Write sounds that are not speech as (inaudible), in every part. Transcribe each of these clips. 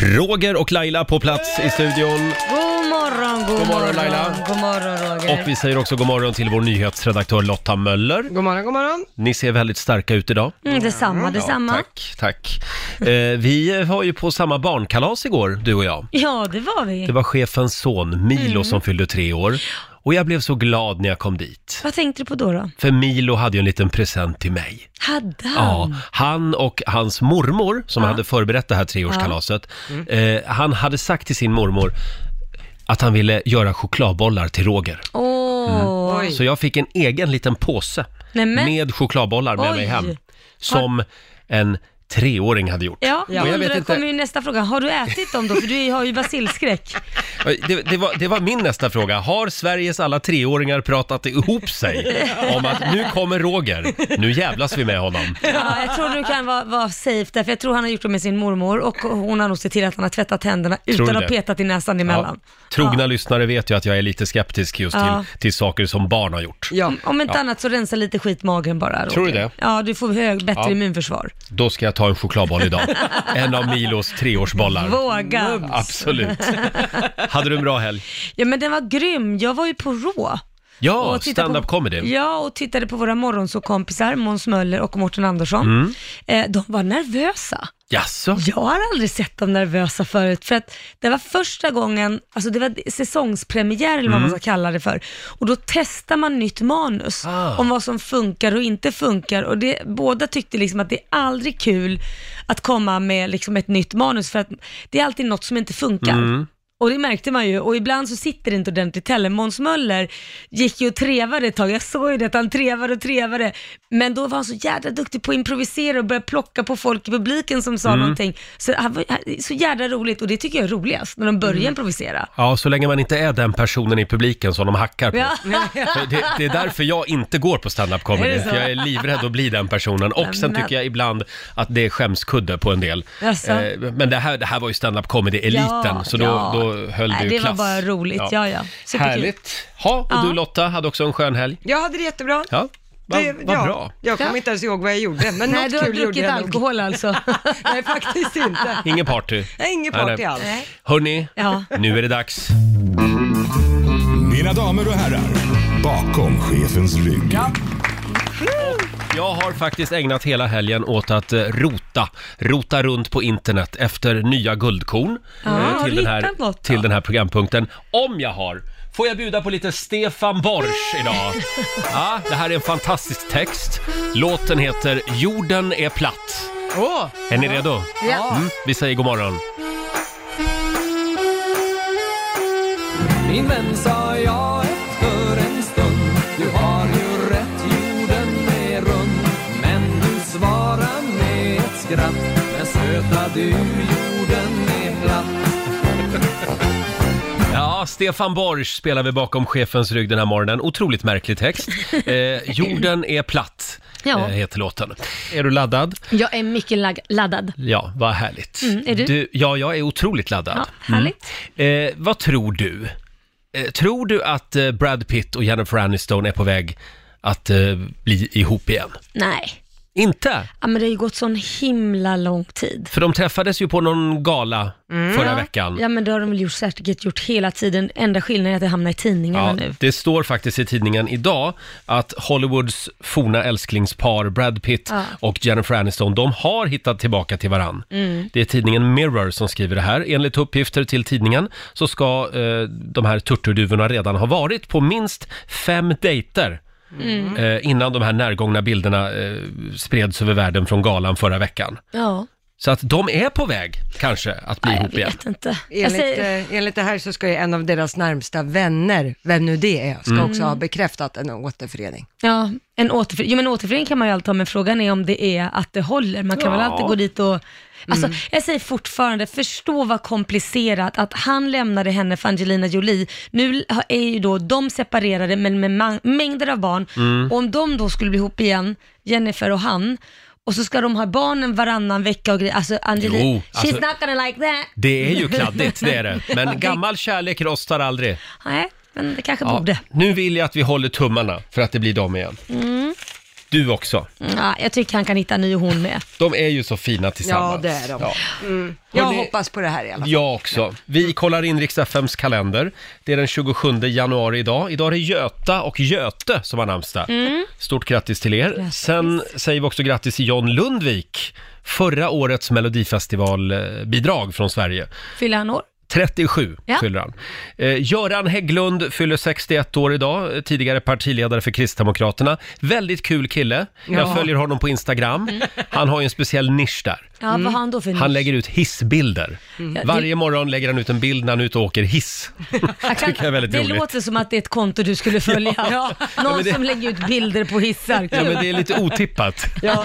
Roger och Laila på plats i studion. God morgon, god, God morgon, Laila. God morgon Roger. Och vi säger också god morgon till vår nyhetsredaktör Lotta Möller. God morgon, god morgon. Ni ser väldigt starka ut idag. mm, detsamma, detsamma. Ja, Tack, tack. Eh, vi var ju på samma barnkalas igår, du och jag. det var vi. Det var chefens son Milo som fyllde tre år. Och jag blev så glad när jag kom dit. Vad tänkte du på då? då? För Milo hade ju en liten present till mig. Hade Ja, han? han och hans mormor, som hade förberett det här treårskalaset, Mm. eh, han hade sagt till sin mormor att han ville göra chokladbollar till Roger. Åh, Oj. Mm. Så jag fick en egen liten påse Nej, men- med chokladbollar med Oj. mig hem. Som en treåring hade gjort. Ja, Och jag jag vet undrar, inte- kommer ju nästa fråga. Har du ätit dem då? För du har ju (laughs) basilskräck. Eh, Det, det, var, det var min nästa fråga. Har Sveriges alla treåringar pratat (laughs) ihop sig om att nu kommer Roger, nu jävlas vi med honom? Ja, jag tror du kan vara, vara safe där, för jag tror han har gjort det med sin mormor och hon har nog sett till att han har tvättat tänderna du utan det? att petat i näsan Ja, emellan. trogna lyssnare vet ju att jag är lite skeptisk just Ja. till, till saker som barn har gjort. Ja. Om inte Ja. annat så rensa lite skit i magen bara. Roger. Tror du det? Ja, du får hög, bättre Ja. immunförsvar. Då ska jag ta en chokladboll (laughs) idag. En av Milos treårsbollar. Våga. Absolut. (laughs) Hade du en bra helg? Ja, men den var grym. Jag var ju på Rå. Ja, och tittade stand-up på, comedy. Ja, och tittade på våra morgonsåkompisar Måns Möller och Mårten Andersson. Eh, de var nervösa. Mm. Jaså? Jag har aldrig sett dem nervösa förut, för att det var första gången, alltså det var säsongspremiär eller vad Mm. man ska kalla det för, och då testar man nytt manus Ah. om vad som funkar och inte funkar och det, båda tyckte liksom att det är aldrig kul att komma med liksom ett nytt manus för att det är alltid något som inte funkar. Mm. Och det märkte man ju. Och ibland så sitter det inte ordentligt heller. Måns Möller gick ju och trevade ett tag. Jag såg ju det att han trevade och trevade. Men då var han så jädra duktig på att improvisera och börja plocka på folk i publiken som sa Mm. någonting. Så han var han- så jädra roligt och det tycker jag är roligast, när de börjar Mm. improvisera. Ja, så länge man inte är den personen i publiken som de hackar på. Ja. För (laughs) Det, det är därför jag inte går på stand-up Är comedy, det så? för jag är livrädd att bli den personen. Och sen Nämen. tycker jag ibland att det är skämskudde på en del. Jaså? Eh, Men det här, det här var ju stand-up comedy-eliten, Ja, så då, ja. då höll Nej, det ju det var klass. bara roligt. Ja, ja. Superkul. Härligt. Ha, och du Ja. Lotta hade också en skön helg. Jag hade det jättebra. Ja, vad Det- vad ja, bra. Jag kommer Ja. inte ens ihåg vad jag gjorde, (laughs) men Nej, något du har kul gjorde druckit jag nog. alkohol alltså. (laughs) Nej, faktiskt inte. Ingen party. (laughs) Nej, ingen Nej, party nej. alls. Nej. Hörni, Ja. nu är det dags. Mina damer och herrar, bakom chefens rygg. Jag har faktiskt ägnat hela helgen åt att eh, rota, rota runt på internet efter nya guldkorn eh, har till, du den här, Ah, hittat något då? till den här programpunkten. Om jag har, får jag bjuda på lite Stefan Borsch (laughs) idag. Ja, det här är en fantastisk text. Låten heter “Jorden är platt”. Åh, Är ni redo? Ja. Mm, vi säger god morgon. Min vän sa jag efter en stund Du har ju rätt, jorden är rund Men du svarar med ett skratt Men söta du, jorden är platt Ja, Stefan Borsch spelar vi bakom chefens rygg den här morgonen. Otroligt (laughs) märklig text. Eh, jorden är platt, Ja. eh, heter låten. Är du laddad? Jag är mycket lag- laddad. Ja, vad härligt. Mm, är du? Ja, jag är otroligt laddad. Ja, härligt. Eh, vad tror du? Eh, tror du att eh, Brad Pitt och Jennifer Aniston är på väg att eh, bli ihop igen? Nej. Inte? Ja, men det har ju gått sån himla lång tid. För de träffades ju på någon gala förra veckan. Mm. Ja men det har de väl gjort, säkert gjort hela tiden. Enda skillnaden är att det hamnar i tidningarna Ja, nu. det står faktiskt i tidningen idag att Hollywoods forna älsklingspar Brad Pitt Ja. och Jennifer Aniston, de har hittat tillbaka till varann. Mm. Det är tidningen Mirror som skriver det här. Enligt uppgifter till tidningen så ska eh, de här turturduvorna redan ha varit på minst fem dejter. Mm. Mm. Eh, innan de här närgångna bilderna eh, spreds över världen från galan förra veckan. Ja, Så att de är på väg, kanske, att bli jag ihop igen. vet inte. Jag Enligt, säger, eh, enligt det här så ska ju en av deras närmsta vänner, vem nu det är, Mm. ska också ha bekräftat en återförening. ja, en återförening. Jo men återförening kan man ju alltid ha, men frågan är om det är att det håller. Man kan väl alltid gå dit och Alltså, Mm. Jag säger fortfarande, förstå vad komplicerat att han lämnade henne för Angelina Jolie. Nu har- är ju då de separerade men med ma- mängder av barn. Mm. Och om de då skulle bli ihop igen, Jennifer och han, och så ska de ha barnen varannan vecka och grejer. Alltså Angelina, Jo, alltså- she's not gonna like that. Det är ju kladdigt, det är det. (laughs) Men gammal kärlek rostar aldrig. Nej, men det kanske Ja, borde. nu vill jag att vi håller tummarna för att det blir dem igen. Du också. Mm, Mm. Ja, jag tycker han kan hitta en ny hon med. De är ju så fina tillsammans. Ja, det är de. Ja. Mm. Jag Hörrni- hoppas på det här i alla fall. Jag också. Vi kollar in riks FMs kalender. Det är den 27 januari idag. Idag är det Göta och Göte som har namnsdag. Mm. Stort grattis till er. Sen säger vi också grattis till John Lundvik. Förra årets melodifestivalbidrag från Sverige. Fyller han (laughs) år? 37 Ja. fyller han. Eh, Göran Hägglund fyller 61 år idag, eh, tidigare partiledare för Kristdemokraterna. Väldigt kul kille. Jag Ja. följer honom på Instagram. Han har ju en speciell nisch där. Mm. Ja, vad har han då för Han nisch? Mm. lägger ut hissbilder. Ja, Varje morgon lägger han ut en bild när han är ute och åker hiss. (laughs) Jag kan, tycker jag är väldigt det roligt. låter som att det är ett konto du (laughs) skulle följa. Någon men det- som lägger ut bilder på hissar. Ja, men det är lite (laughs) otippat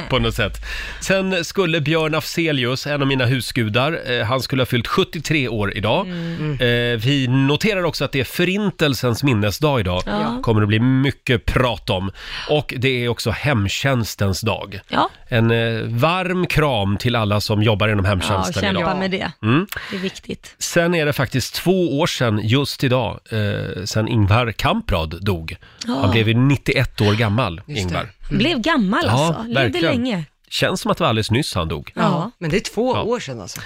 på något sätt. Sen skulle Björn Afzelius, en av mina husgudar, eh, han skulle ha fyllt 73 år idag. Mm. Eh, vi noterar också att det är Förintelsens minnesdag idag. Ja. kommer det bli mycket prat om. Och det är också hemtjänstens dag. Ja, En eh, varm kram till alla som jobbar inom ja hemtjänsten idag. kämpa med det. Mm. Det är viktigt. Sen är det faktiskt två år sedan, just idag, eh, sedan Ingvar Kamprad dog. Han blev ju 91 år gammal, Ingvar. Han blev gammal alltså. Levde verkligen. länge. Känns som att det var alldeles nyss han dog. Ja. Men det är två Ja. år sedan alltså.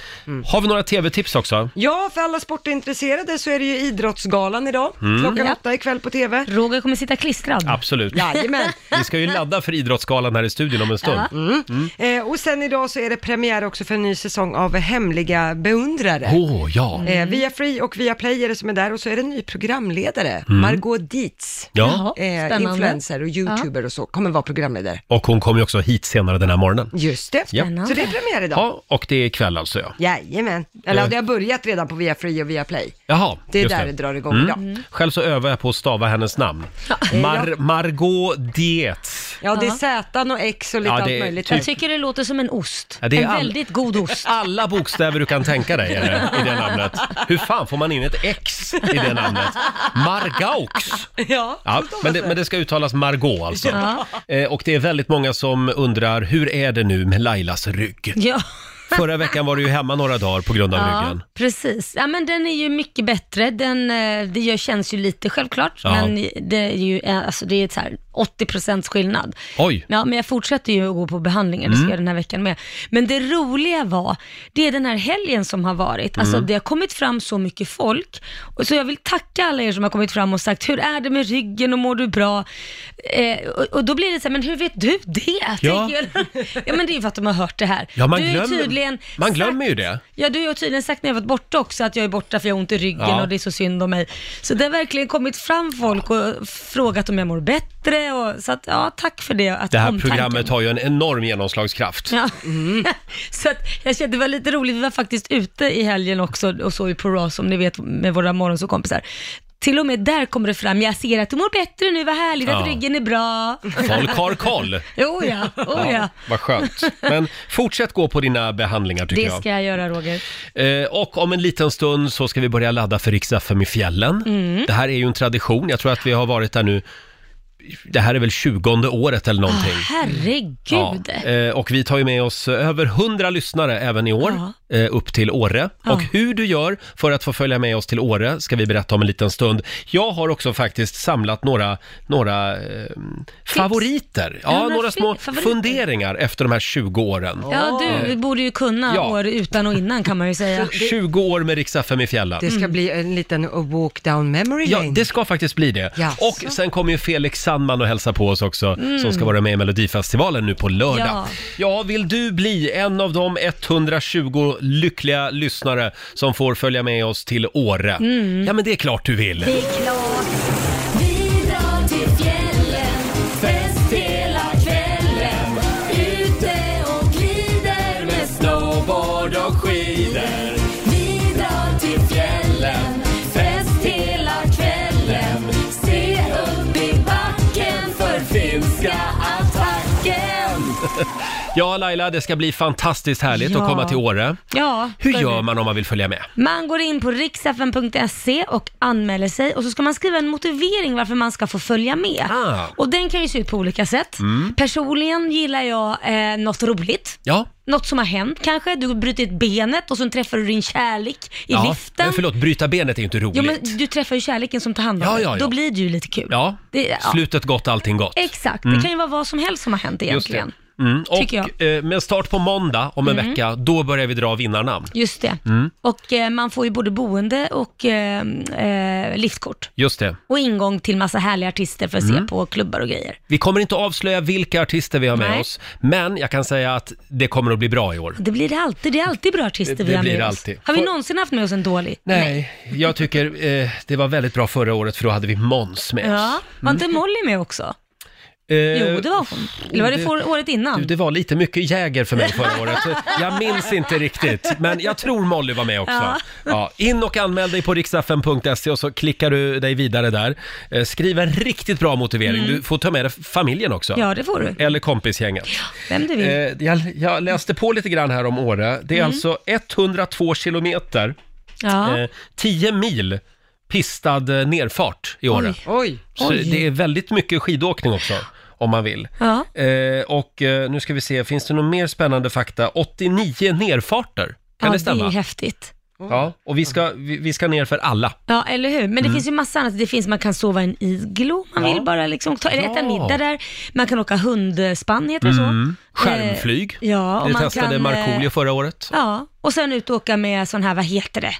Har vi några tv-tips också? Ja, för alla sportintresserade så är det ju Idrottsgalan idag, Mm. klockan Ja. åtta ikväll på TV. Roger kommer sitta klistrad. Absolut. Jajamän. Vi ska ju ladda för Idrottsgalan här i studion om en stund. Mm. Eh, och sen idag så är det premiär också för en ny säsong av Hemliga beundrare. Åh, ja. Eh, Mm. via Free och via Play är det som är där och så är det en ny programledare, Margot Dietz. Mm. Ja, Jaha. Eh, Spännande. influencer och youtuber och så, kommer vara programledare. och hon kommer ju också hit senare den här morgonen. Just det, Spännande. så det är premiär idag. Ja, Eh. och det är ikväll alltså ja. Jajamän, eller ja, det har börjat redan på via Free och via Play. Jaha, Det är just där det. det. Mm. drar igång idag. Själv så övar jag på att stava hennes namn. Mar- Margot Dietz. Ja, det är Z och X och lite Ja, det allt är möjligt. typ- Jag tycker det låter som en ost. Ja, det är en all- väldigt god ost. Alla bokstäver du kan tänka dig är det, i det namnet. Hur fan får man in ett X i det namnet? Margaux. Ja, (laughs) Ja, men, det, men det ska uttalas Margot alltså. Eh, och det är väldigt många som undrar, hur är det nu med Lailas rygg? Ja. Förra veckan var du ju hemma några dagar på grund av ryggen. Ja, precis. Ja, men den är ju mycket bättre. Den, eh, det gör, känns ju lite självklart, Ja. men det är ju eh, alltså, det är ett så här 80 skillnad. Oj. Mm. Ja, men jag fortsätter ju att gå på behandlingar, det ska jag den här veckan med. Men det roliga var, det är den här helgen som har varit. Alltså Mm. det har kommit fram så mycket folk. Och Så jag vill tacka alla er som har kommit fram och sagt, hur är det med ryggen och mår du bra? Eh, och, och då blir det så här, men hur vet du det? Ja. Tänker jag. (laughs) ja men det är ju för att de har hört det här. Ja, man, du är ju glöm, tydligen man sagt- glömmer ju det. Ja, du har ju tydligen sagt när jag varit borta också att jag är borta för jag har ont i ryggen Ja. och det är så synd om mig. Så det har verkligen kommit fram folk och frågat om jag mår bättre och så att, ja, tack för det. Att Det här omtanken. programmet har ju en enorm genomslagskraft. Ja. (laughs) så att jag kände det var lite roligt, vi var faktiskt ute i helgen också och såg ju på Raw som ni vet med våra morgonsåkompisar. Till och med där kommer det fram, jag ser att du mår bättre nu, vad härligt att Ja. ryggen är bra. (laughs) Folk har koll. (laughs) Jo ja, oh, ja. Vad skönt. Men fortsätt gå på dina behandlingar tycker Det jag. ska jag göra Roger. Eh, och om en liten stund så ska vi börja ladda för riks FM i fjällen. Mm. Det här är ju en tradition. Jag tror att vi har varit där nu, det här är väl 20 året eller någonting. Ah, Herregud. eh, och vi tar ju med oss över 100 lyssnare även i år, eh, upp till Åre. Och hur du gör för att få följa med oss till Åre ska vi berätta om en liten stund. Jag har också faktiskt samlat några, några eh, favoriter. Ja, Ja, några, några fi- små favoriter. funderingar efter de här 20 åren. Ja, du vi borde ju kunna Ja. år utan och innan kan man ju (laughs) säga. 20 år med riks FM i fjällen. Det ska bli en liten walk down memory Ja, lane. det ska faktiskt bli det. Jaså. Och sen kommer ju Felix Sandman och hälsa på oss också, som ska vara med i Melodifestivalen nu på lördag. Ja. Mm. Ja. vill du bli en av de 120 lyckliga lyssnare som får följa med oss till Åre? Mm. Ja, men det är klart du vill. Det är klart. Vi drar till fjällen, fest hela kvällen. Ute och glider med snowboard och skidor. Vi drar till fjällen, fest hela kvällen. Se upp i backen för finska attacken. Ja, Laila, det ska bli fantastiskt härligt Ja. att komma till Åre. Ja, Hur ska det gör bli. man om man vill följa med? Man går in på riksfn.se och anmäler sig och så ska man skriva en motivering varför man ska få följa med. Ah. Mm. Och den kan ju se ut på olika sätt. Personligen gillar jag eh, något roligt. Ja, Något som har hänt kanske. Du har brutit benet och sen träffar du din kärlek i ja. liften. Eh, förlåt, bryta benet är ju inte roligt. Jo, men du träffar ju kärleken som tar hand om Ja, dig. ja, ja. Då blir det ju lite kul. Ja, Det- ja. slutet gott, allting gott. Exakt, det kan ju vara vad som helst som har hänt Just egentligen. det. Mm. Och Tycker Mm. eh, med start på måndag om en vecka, då börjar vi dra vinnarnamn. Mm. Just det. Och eh, man får ju både boende och eh, eh, liftkort. Just det. Och ingång till massa härliga artister för att Mm. se på klubbar och grejer. Vi kommer inte avslöja vilka artister vi har med Nej. oss, men jag kan säga att det kommer att bli bra i år. Det blir det alltid. Det är alltid bra artister Det- det vi har blir med det oss. alltid. Har vi Får- någonsin haft med oss en dålig? Nej, jag tycker eh, det var väldigt bra förra året för då hade vi Måns med Ja, oss. Mm. var inte Molly med också? Eh, Jo, det var hon. Eller var det det- för året Du, innan? det var lite mycket Jäger för mig förra året. Jag minns inte riktigt, men jag tror Molly var med också. Ja. Ja. in och anmäl dig på riksdagen.se och så klickar du dig vidare där. Eh, Skriv en riktigt bra motivering. Du får ta med dig familjen också. Mm. Ja, det får du. Eller kompisgänget. Vem du vill. Mm. Eh, jag, jag läste på lite grann här om Åre. Det är alltså 102 kilometer, ja. eh, 10 mil pistad eh, nerfart i Åre. Oj. Så Oj. det är väldigt mycket skidåkning också, om man vill. ja. Eh, och eh, nu ska vi se, finns det någon mer spännande fakta? 89 nerfarter, kan ja, det det är stämma? ju häftigt. ja, och vi ska, vi, vi ska ner för alla. Ja, eller hur? Men det finns ju massa annat. Det finns, man kan sova i en iglo, man Ja. vill bara liksom ta, eller Ja. Mm. äta middag där. Man kan åka hundspann, heter det så? Skärmflyg, Eh, ja, och det man testade kan, eh, Markoolio förra året. Ja, och sen ut och åka med sån här, vad heter det?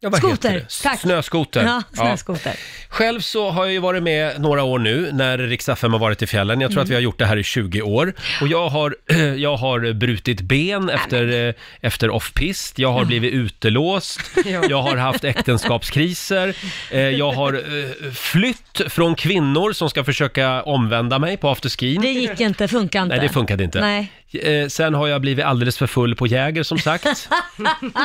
Ja, vad skoter, heter det? tack. Snöskoter. Ja, Ja. snöskoter. Själv så har jag ju varit med några år nu när Riks-FM har varit i fjällen. Jag tror att vi har gjort det här i 20 år. Och jag har, (clears throat) jag har brutit ben efter, eh, efter off-pist. Jag har blivit (laughs) utelåst. Jag har haft äktenskapskriser. Eh, Jag har eh, flytt från kvinnor som ska försöka omvända mig på afterskin. Det gick inte, funkar inte. Nej, det funkade inte. (laughs) Nej. Eh, sen har jag blivit alldeles för full på Jäger (laughs) som sagt.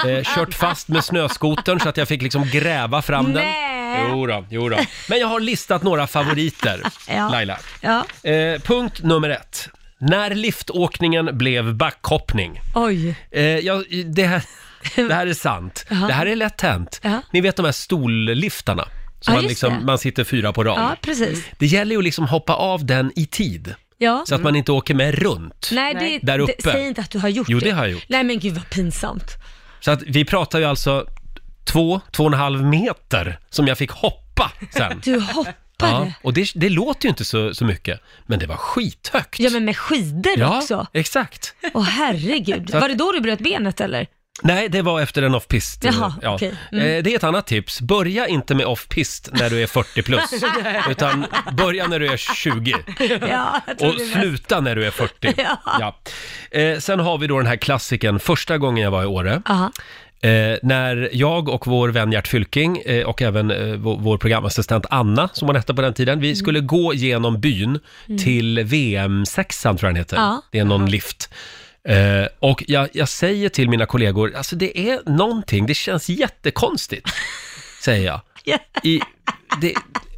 eh, kört fast med snöskotern så att jag fick liksom gräva fram den. Nej. Jo då, jo då. Men jag har listat några favoriter, (laughs) Ja. Laila. Ja, Eh, punkt nummer ett. När liftåkningen blev backhoppning. oj. Eh, ja, det, här, det här (laughs) är sant. Det här är lätt hänt. Ja. Ni vet de här stolliftarna? Som Ja, man, just liksom, det. man sitter fyra på rad. Ja, precis. Det gäller ju att liksom hoppa av den i tid. Ja. Så att man inte åker med runt. Nej, det, Där uppe. Det, säg inte att du har gjort Jo, det. det har jag gjort. Nej, men gud vad pinsamt. Så att vi pratar ju alltså två, två och en halv meter som jag fick hoppa sen. Du hoppade. Mm. Ja, Ja, och det, det låter ju inte så, så mycket, men det var skithögt. men med skidor Ja, också. exakt. Åh herregud. att- Var det då du bröt benet (laughs) eller? Nej, det var efter en off-pist. Jaha, ja. okej. Mm. Eh, Det är ett annat tips. Börja inte med off-pist när du är (laughs) 40 plus, utan börja när du är 20 Ja, jag och trodde det. sluta när du är 40. (laughs) Ja. Eh, Sen har vi då den här klassiken första gången jag var i Åre. Aha. Eh, när jag och vår vän Gert Fylking eh, och även eh, vår, vår programassistent Anna, som hon hette på den tiden, Mm. vi skulle gå genom byn till VM6 tror jag den heter. Ja. Det är någon lift. Eh, och jag, jag säger till mina kollegor, alltså det är någonting, det (laughs) känns jättekonstigt, säger jag. Ja. I, det,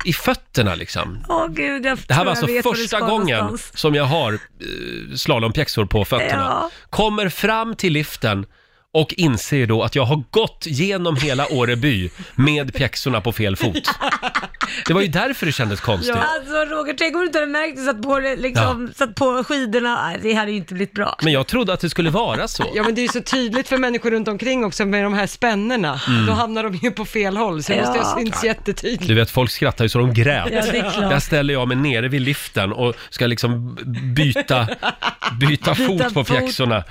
I fötterna liksom. Åh gud, jag Det här var tror jag vet alltså var du första ska gången någonstans. som jag har eh, slalompjäxor på fötterna. Ja. Kommer fram till liften och inser då att jag har gått genom hela Åreby med pjäxorna på (laughs) fel fot. Det var ju därför det kändes konstigt. Alltså Roger, tänk om du inte hade märkt det satt på, det, liksom, satt på skidorna. Nej, det hade ju inte blivit bra. Men jag trodde att det skulle vara så. Ja men det är ju så tydligt för människor runt omkring också med de här spännena. Mm. Då hamnar de ju på fel håll, så det måste Ja. ha synts jättetydligt. Du vet, folk skrattar ju så de grät. Ja, det är klart. Där ställer jag mig nere vid liften och ska liksom b- byta, byta fot på fot. pjäxorna.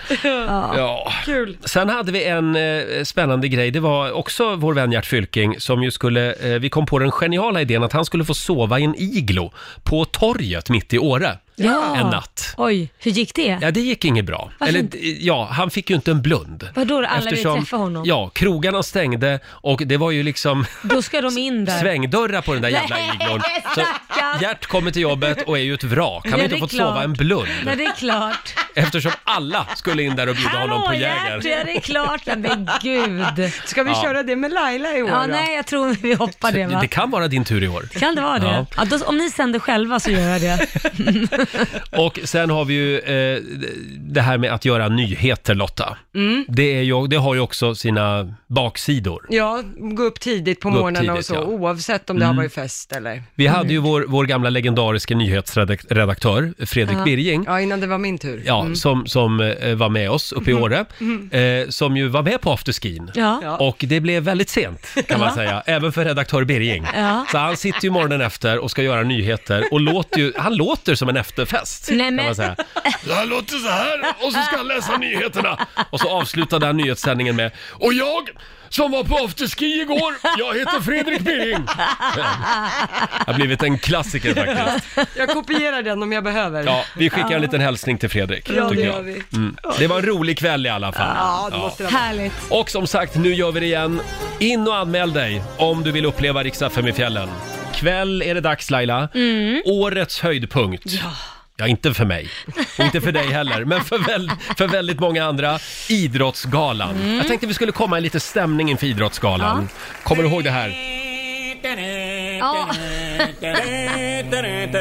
Ja. Kul. Sen hade vi en eh, spännande grej. Det var också vår vän Gert Fylking som ju skulle, eh, vi kom på den geniala idén att han skulle få sova i en iglo på torget mitt i Åre Ja. en natt. Oj, hur gick det? Ja, det gick inget bra. Varför Eller, inte? d- ja, han fick ju inte en blund. Vadå då? Alla ville träffa honom? Ja, krogarna stängde och det var ju liksom Då ska de in där. svängdörrar på den där jävla Nej, iglon. Så stackarn. Gert kommer till jobbet och är ju ett vrak. Han har Ja, inte det är fått klart. sova en blund Nej, det är klart. eftersom alla skulle in där och bjuda honom (laughs) på Jäger. Gert, ja, det är klart. Nej, Men gud. Ska vi köra det med Laila i år Ja, då? nej, jag tror vi hoppar det va? Det kan vara din tur i år. Kan det vara det? Ja. (laughs) Ja. då, om ni sänder själva så gör jag det. Och sen har vi ju eh, det här med att göra nyheter Lotta. Mm. Det, är ju, det har ju också sina baksidor. Ja, gå upp tidigt på Gå upp morgnarna och tidigt, så, ja. Mm. oavsett om det har varit fest eller... Mm. Vi hade ju vår, vår gamla legendariska nyhetsredaktör Fredrik Birging. Ja, Mm. innan det var min tur. Mm. Ja, som, som eh, var med oss uppe i Åre, eh, som ju var med på afterskin. Ja. Och det blev väldigt sent, kan man säga, även för redaktör Birging. Ja. Så han sitter ju morgonen efter och ska göra nyheter och låter ju, han låter som en efterfest, Nej, kan men- (laughs) man säga. Han låter så här och så ska han läsa nyheterna. (laughs) Och så avslutade han nyhetssändningen med Och jag som var på afterski igår, (laughs) jag heter Fredrik (laughs) Birging. Det har blivit en klassiker faktiskt. Jag kopierar den om jag behöver. Ja, vi skickar en liten hälsning till Fredrik. Ja, det tycker gör jag. vi. Mm. Det var en rolig kväll i alla fall. Ja, det måste det vara. Härligt. Och som sagt, nu gör vi det igen. In och anmäl dig om du vill uppleva Rix FM i fjällen. Kväll är det dags Laila. Årets höjdpunkt. Ja. inte för mig. Och inte för dig heller, men för, väl, för väldigt många andra. Idrottsgalan. Jag tänkte vi skulle komma i lite stämning inför Idrottsgalan. Kommer du ihåg det här? Ja.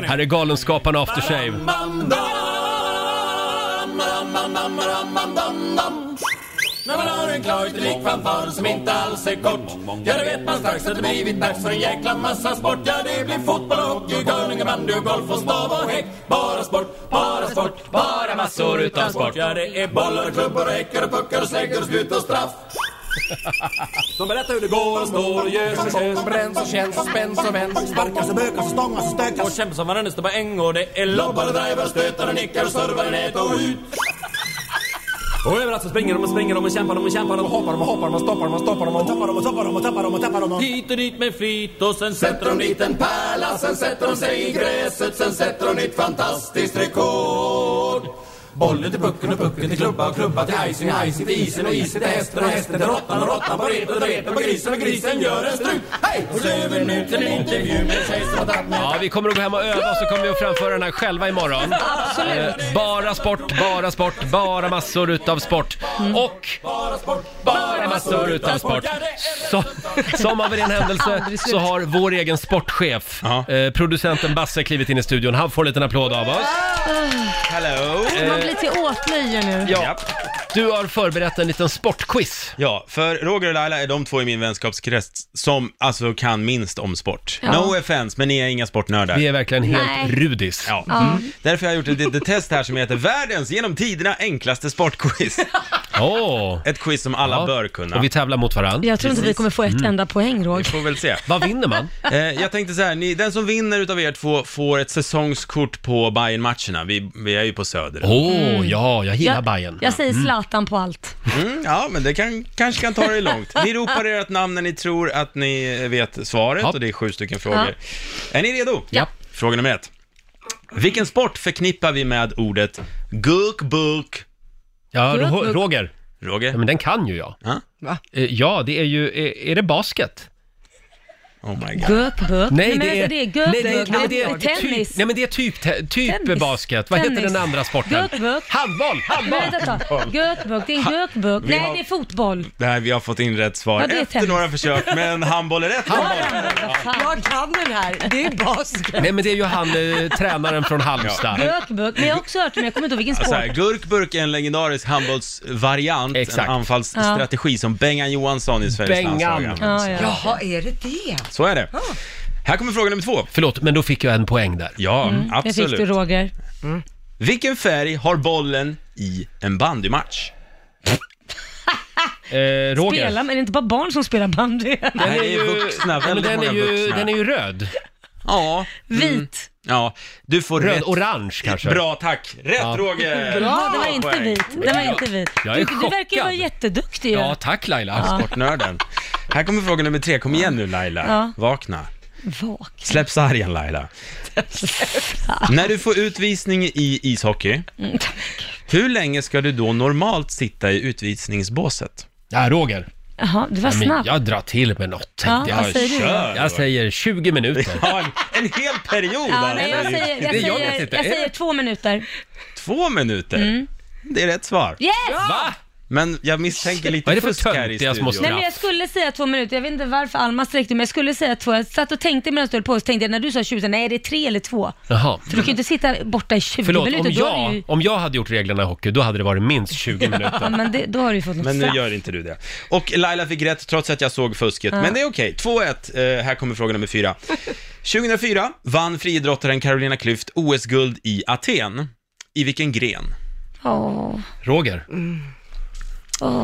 Här är Galenskaparna After Shave. När man har en klarutrik framför som inte alls är kort Ja, det vet man strax att det blivit dags för en jäkla massa sport Ja, det blir fotboll, hockey, curling, bandy och golf och stav och häck Bara sport, bara sport, bara massor utav sport Ja, det är bollar och klubbor och häckar och puckar och släggor och slut och straff de berättar hur det går och står och gör sig köns Bränns och känns och spänns och vänds Sparkas och bökas och stångas och stökas Och kämpas som varandra står på äng och det är lobbar och drivar och stötar och nickar och servar och nät och ut och överallt så springer de och springer de och kämpar de och kämpar de och hoppar de och hoppar de och stoppar de och stoppar de och tappar de och tappar de och tappar de och tappar de Hit och dit med flit och sen sätter de dit en pärla Sen sätter de sig i gräset Sen sätter de nytt fantastiskt rekord Bollen till pucken och pucken till klubba och klubba till icing och icing till isen och isen till hästen och hästen till råttan och råttan på reten och reten på grisen och grisen gör en strut Hej! Och så över nu till en intervju med en tjej som har tagit med Ja, vi kommer att gå hem och öva så kommer vi att framföra den här själva imorgon. Eh, Bara sport, bara sport, bara massor utav sport. Och bara sport bara massor utav sport. Så, som av en händelse så har vår egen sportchef, eh, producenten Basse, klivit in i studion. Han får en liten applåd av oss. Hello! Man blir till åtlöje nu. Eh. Ja, Japp. du har förberett en liten sportquiz. Ja, för Roger och Laila är de två i min vänskapskrets som alltså kan minst om sport. Ja. No offense, men ni är inga sportnördar. Vi är verkligen Nej. helt rudis. Ja. Mm. Därför har jag gjort ett litet test här som heter Världens genom tiderna enklaste sportquiz. (laughs) Åh! Ett quiz som alla Ja. bör kunna. Och vi tävlar mot varandra. Jag tror inte vi kommer få Mm. ett enda poäng Vi Roger. får väl se. Vad (laughs) vinner man? Eh, jag tänkte så här, ni, den som vinner utav er två får ett säsongskort på bayern matcherna Vi, vi är ju på Söder. Åh, ja, jag gillar Mm. Jag, Bajen. Mm. jag säger Zlatan på allt. Mm, ja, men det kan, kanske kan ta det långt. Ni ropar ert namn när ni tror att ni vet svaret Ja. och det är sju stycken frågor. Är ni redo? Ja. Fråga nummer ett. Vilken sport förknippar vi med ordet gurkburk? Ja, Gurk, Ro- gurk. Roger. Ja, Roger? men den kan ju jag. Ja? Va? Eh, Ja, det är ju, eh, är, är det basket? Oh my god. Gurkburk. men vänta, det är nej, alltså, det, gurkburk. nej, det det är är typ, tennis. nej, men det är typ, te- typ Tennis. basket. Vad heter Tennis. den andra sporten? Gurkburk. Handboll! Men Handboll! vänta, ta. Gurkburk, det är en gurkburk. Vi Nej, har- det är fotboll. Det här, vi har fått in rätt svar Ja, det är efter tennis. några försök, men handboll är rätt. Jag kan den här, det är basket. Nej, men det är ju han, eh, tränaren från Halmstad. Gurkburk. Men jag har också hört, men jag kommer inte ihåg vilken Alltså, Så här, sport. gurkburk är en legendarisk handbollsvariant, Exakt. en anfallsstrategi som Bengan Johansson i Sveriges Bengan. landslag använder. Ja, ja. Jaha, är det det? Mm. Så är det. Ah. Här kommer fråga nummer två. Förlåt, men då fick jag en poäng där. Ja, Det absolut. Mm. fick du Roger. Vilken färg har bollen i en bandymatch? Eh, Roger. Spela, men är det inte bara barn som spelar bandy? Den är ju vuxna, Ja, men väldigt den, många är ju, vuxna. den är ju röd. Ja, Mm. Vit. ja, du får Röd, rätt. orange kanske. Bra, tack. Rätt Ja. Roger! Ja, det var Bra inte poäng. vit. Det var inte vit. Jag du, är du verkar ju chockad. vara jätteduktig ju. Ja, tack Laila. Sportnörden. Här kommer fråga nummer tre. Kom igen nu Laila. Ja. Vakna. Vak. Släpp sargen Laila. När du får utvisning i ishockey, Mm, hur länge ska du då normalt sitta i utvisningsbåset? Ja, Roger. Jaha, du var Men snabb. jag drar till med något. Ja, tänkte jag. vad säger du? då? Kör! jag säger 20 minuter. (laughs) Ja, en, en hel period! Ja, alltså. nej, jag säger, jag Det- jag vet säger, inte. jag Är det- säger två minuter. Två minuter. Det är rätt svar. Yes! Va? Men jag misstänker lite Vad är det för fusk här i töntiga små studion. Nej men jag skulle säga två minuter, jag vet inte varför Alma sträckte men jag skulle säga två. Jag satt och tänkte medan du höll på och tänkte jag, när du sa 20, nej det är tre eller två. Jaha. För du kan ju inte sitta borta i 20 Förlåt, minuter. om då har du (laughs) jag, ju, om jag hade gjort reglerna i hockey, då hade det varit minst 20 ja, minuter. men det, då har du ju fått något Men nu straff. gör inte du det. Och Laila fick rätt trots att jag såg fusket. Men det är okej. 2-1. Eh, här kommer fråga nummer fyra. 2004 vann friidrottaren Carolina Klüft OS-guld i Aten. I (laughs) vilken gren? Åh. Roger,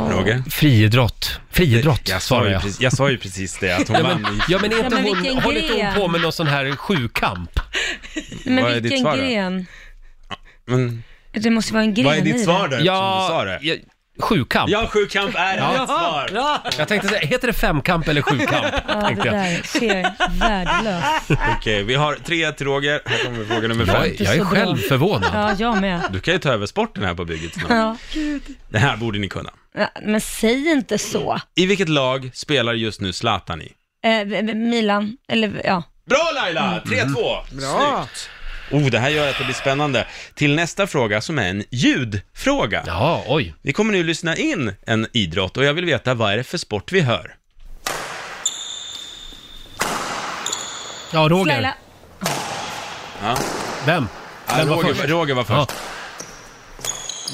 Roger? friidrott. Friidrott, Jag sa, svarar ju jag. precis, jag sa ju precis det, att hon (laughs) Ja men, vann i... ja, men är Ja, inte men hon, vilken håller inte hon gren. på med någon sån här sjukamp? vad är Men ditt svar vilken då? gren? Men, Det måste vara en gren vad är i ditt det. svar där, ja, du sa Ja, det? ja, sjukamp. Ja, sjukamp är rätt svar! Jag tänkte säga, heter det femkamp eller sjukamp? Ja, det tänkte jag. där ser värdelöst. Okej, vi har 3-1 till Roger. Här kommer fråga nummer fem. Jag, jag är så bra. själv förvånad. Ja, jag med. Du kan ju ta över sporten här på bygget snart. Ja. Det här borde ni kunna. Ja, Men säg inte så. I vilket lag spelar just nu Zlatan i? Eh, Milan, eller ja. Bra Mm. Laila! 3-2. Mm. Bra. Snyggt. Oh, det här gör att det blir spännande. Till nästa fråga som är en ljudfråga. Ja, oj. Vi kommer nu lyssna in en idrott och jag vill veta vad är det för sport vi hör? Ja, Roger. Laila, Vem? Ja, Vem var Roger, först? Roger var Ja. först.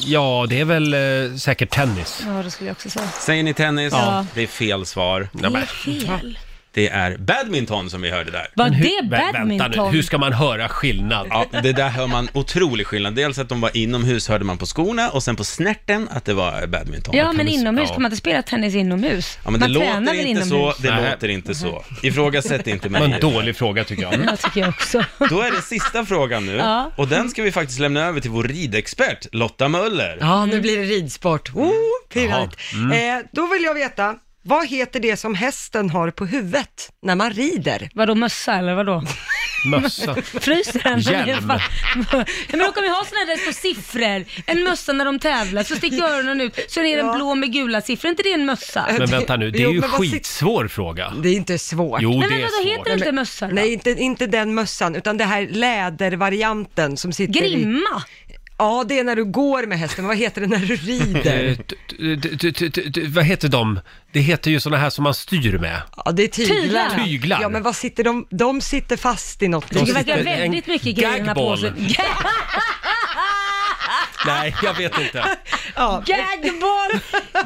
ja, det är väl eh, säkert tennis. ja det skulle jag också säga. Säger ni tennis? Ja. Det är fel svar. Det är fel. Det är badminton som vi hörde där. Var Men hur- det vä- Vänta nu, badminton? hur ska man höra skillnad? Ja, det där hör man otrolig skillnad. Dels att de var inomhus hörde man på skorna och sen på snärten att det var badminton. Ja, men tennis- inomhus, ja. kan man inte spela tennis inomhus? Ja, men det man låter inte så, det Nej. låter inte så. Ifrågasätt inte Det var en mig. dålig fråga tycker jag. Ja, tycker jag Mm. också. Då är det sista frågan nu (laughs) Ja. och den ska vi faktiskt lämna över till vår ridexpert Lotta Möller. Ja, nu blir det ridsport. Mm. Oh, pirrigt. Eh, då vill jag veta, vad heter det som hästen har på huvudet när man rider? Vadå mössa eller vadå? Mössa. (laughs) Fryser den? Hjälm. I alla fall. Ja, men då kan vi ha sådana där det står siffror. En mössa när de tävlar, så sticker öronen ut, så är den Ja. blå med gula siffror. Är inte det en mössa? Men vänta nu, det är Jo, ju men vad sit- skitsvår fråga. Det är inte svårt. Jo, Nej, det men är vadå, svårt. heter det inte mössa då? Nej, inte, inte den mössan, utan det här lädervarianten som sitter i... Grimma? Ja, det är när du går med hästen, men vad heter det när du Eh, rider? t- t- t- t- t- t- Vad heter de? Det heter ju såna här som man styr med. Ja, det är tyglar. Tyglar. Tyglar. Ja, men vad sitter de... De sitter fast i något. Det sitter- verkar en väldigt mycket grejer den har på sig. gagball. Nej, jag vet inte. Gagball!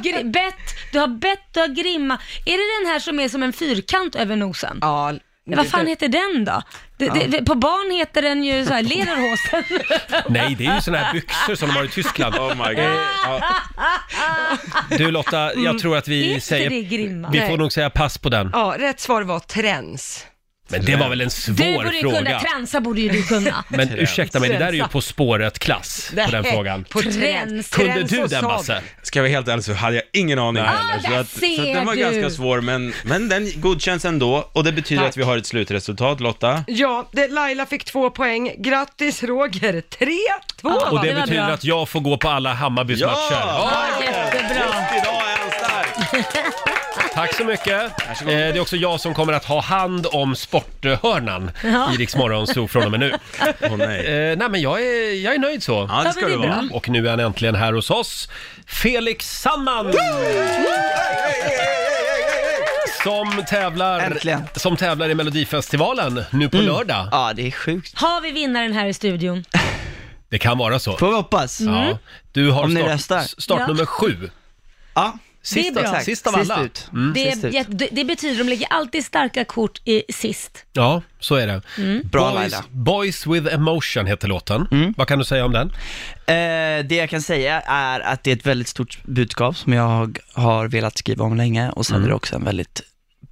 Gri- Bett, du har bett, du har grimma. Är det den här som är som en fyrkant över nosen? Ja, Vad fan heter den då? Det, det, på barn heter den ju så här lederhosen. Nej, det är ju såna här byxor som de har i Tyskland. Eh, Oh my god. Ja. Du Lotta, jag tror att vi Heter säger... det grimma? Vi Mm. Nej. får nog säga pass på den. Ja, rätt svar var träns. Men det var väl en Du svår borde ju kunna, fråga. transa borde ju du kunna. Men ursäkta mig, det där är ju På spåret-klass på den frågan. På Träns. träns. Kunde Träns du och den sabel. Basse? Ska jag vara helt ärlig så hade jag ingen aning heller. Ah, där Så, att, så att ser den var du. ganska svår men, men den godkänns ändå och det betyder att vi har ett slutresultat Lotta. Ja, det, Laila fick två poäng. Grattis Roger! Tre, två Ja, Och va? det det var betyder bra. att jag får gå på alla Hammarbys matcher. Ja, jättebra. Just idag är han stark! Tack så mycket. Eh, det är också jag som kommer att ha hand om sporthörnan i Rix Morgonzoo från och med nu. Åh nej. Eh, nej men jag är, jag är nöjd så. Ja, det ska men det du är vara. Och nu är han äntligen här hos oss. Felix Sandman! Som tävlar, Äntligen. Mm. som tävlar i Melodifestivalen nu på lördag. Ja, det är sjukt. Har vi vinnaren här i studion? Det kan vara så. Får vi hoppas? Mm. Ja. Du har Om ni röstar. start, startnummer sju. Ja, Sist, Det är bra. sist av alla. Mm, ut. Det, Sist ut. är jätte- det, det betyder, de lägger alltid starka kort i sist. Ja, så är det. Mm. Bra Boys, Laila. Boys with emotion heter låten. Mm. Vad kan du säga om den? Eh, det jag kan säga är att det är ett väldigt stort budskap som jag har velat skriva om länge och sen Mm. är det också en väldigt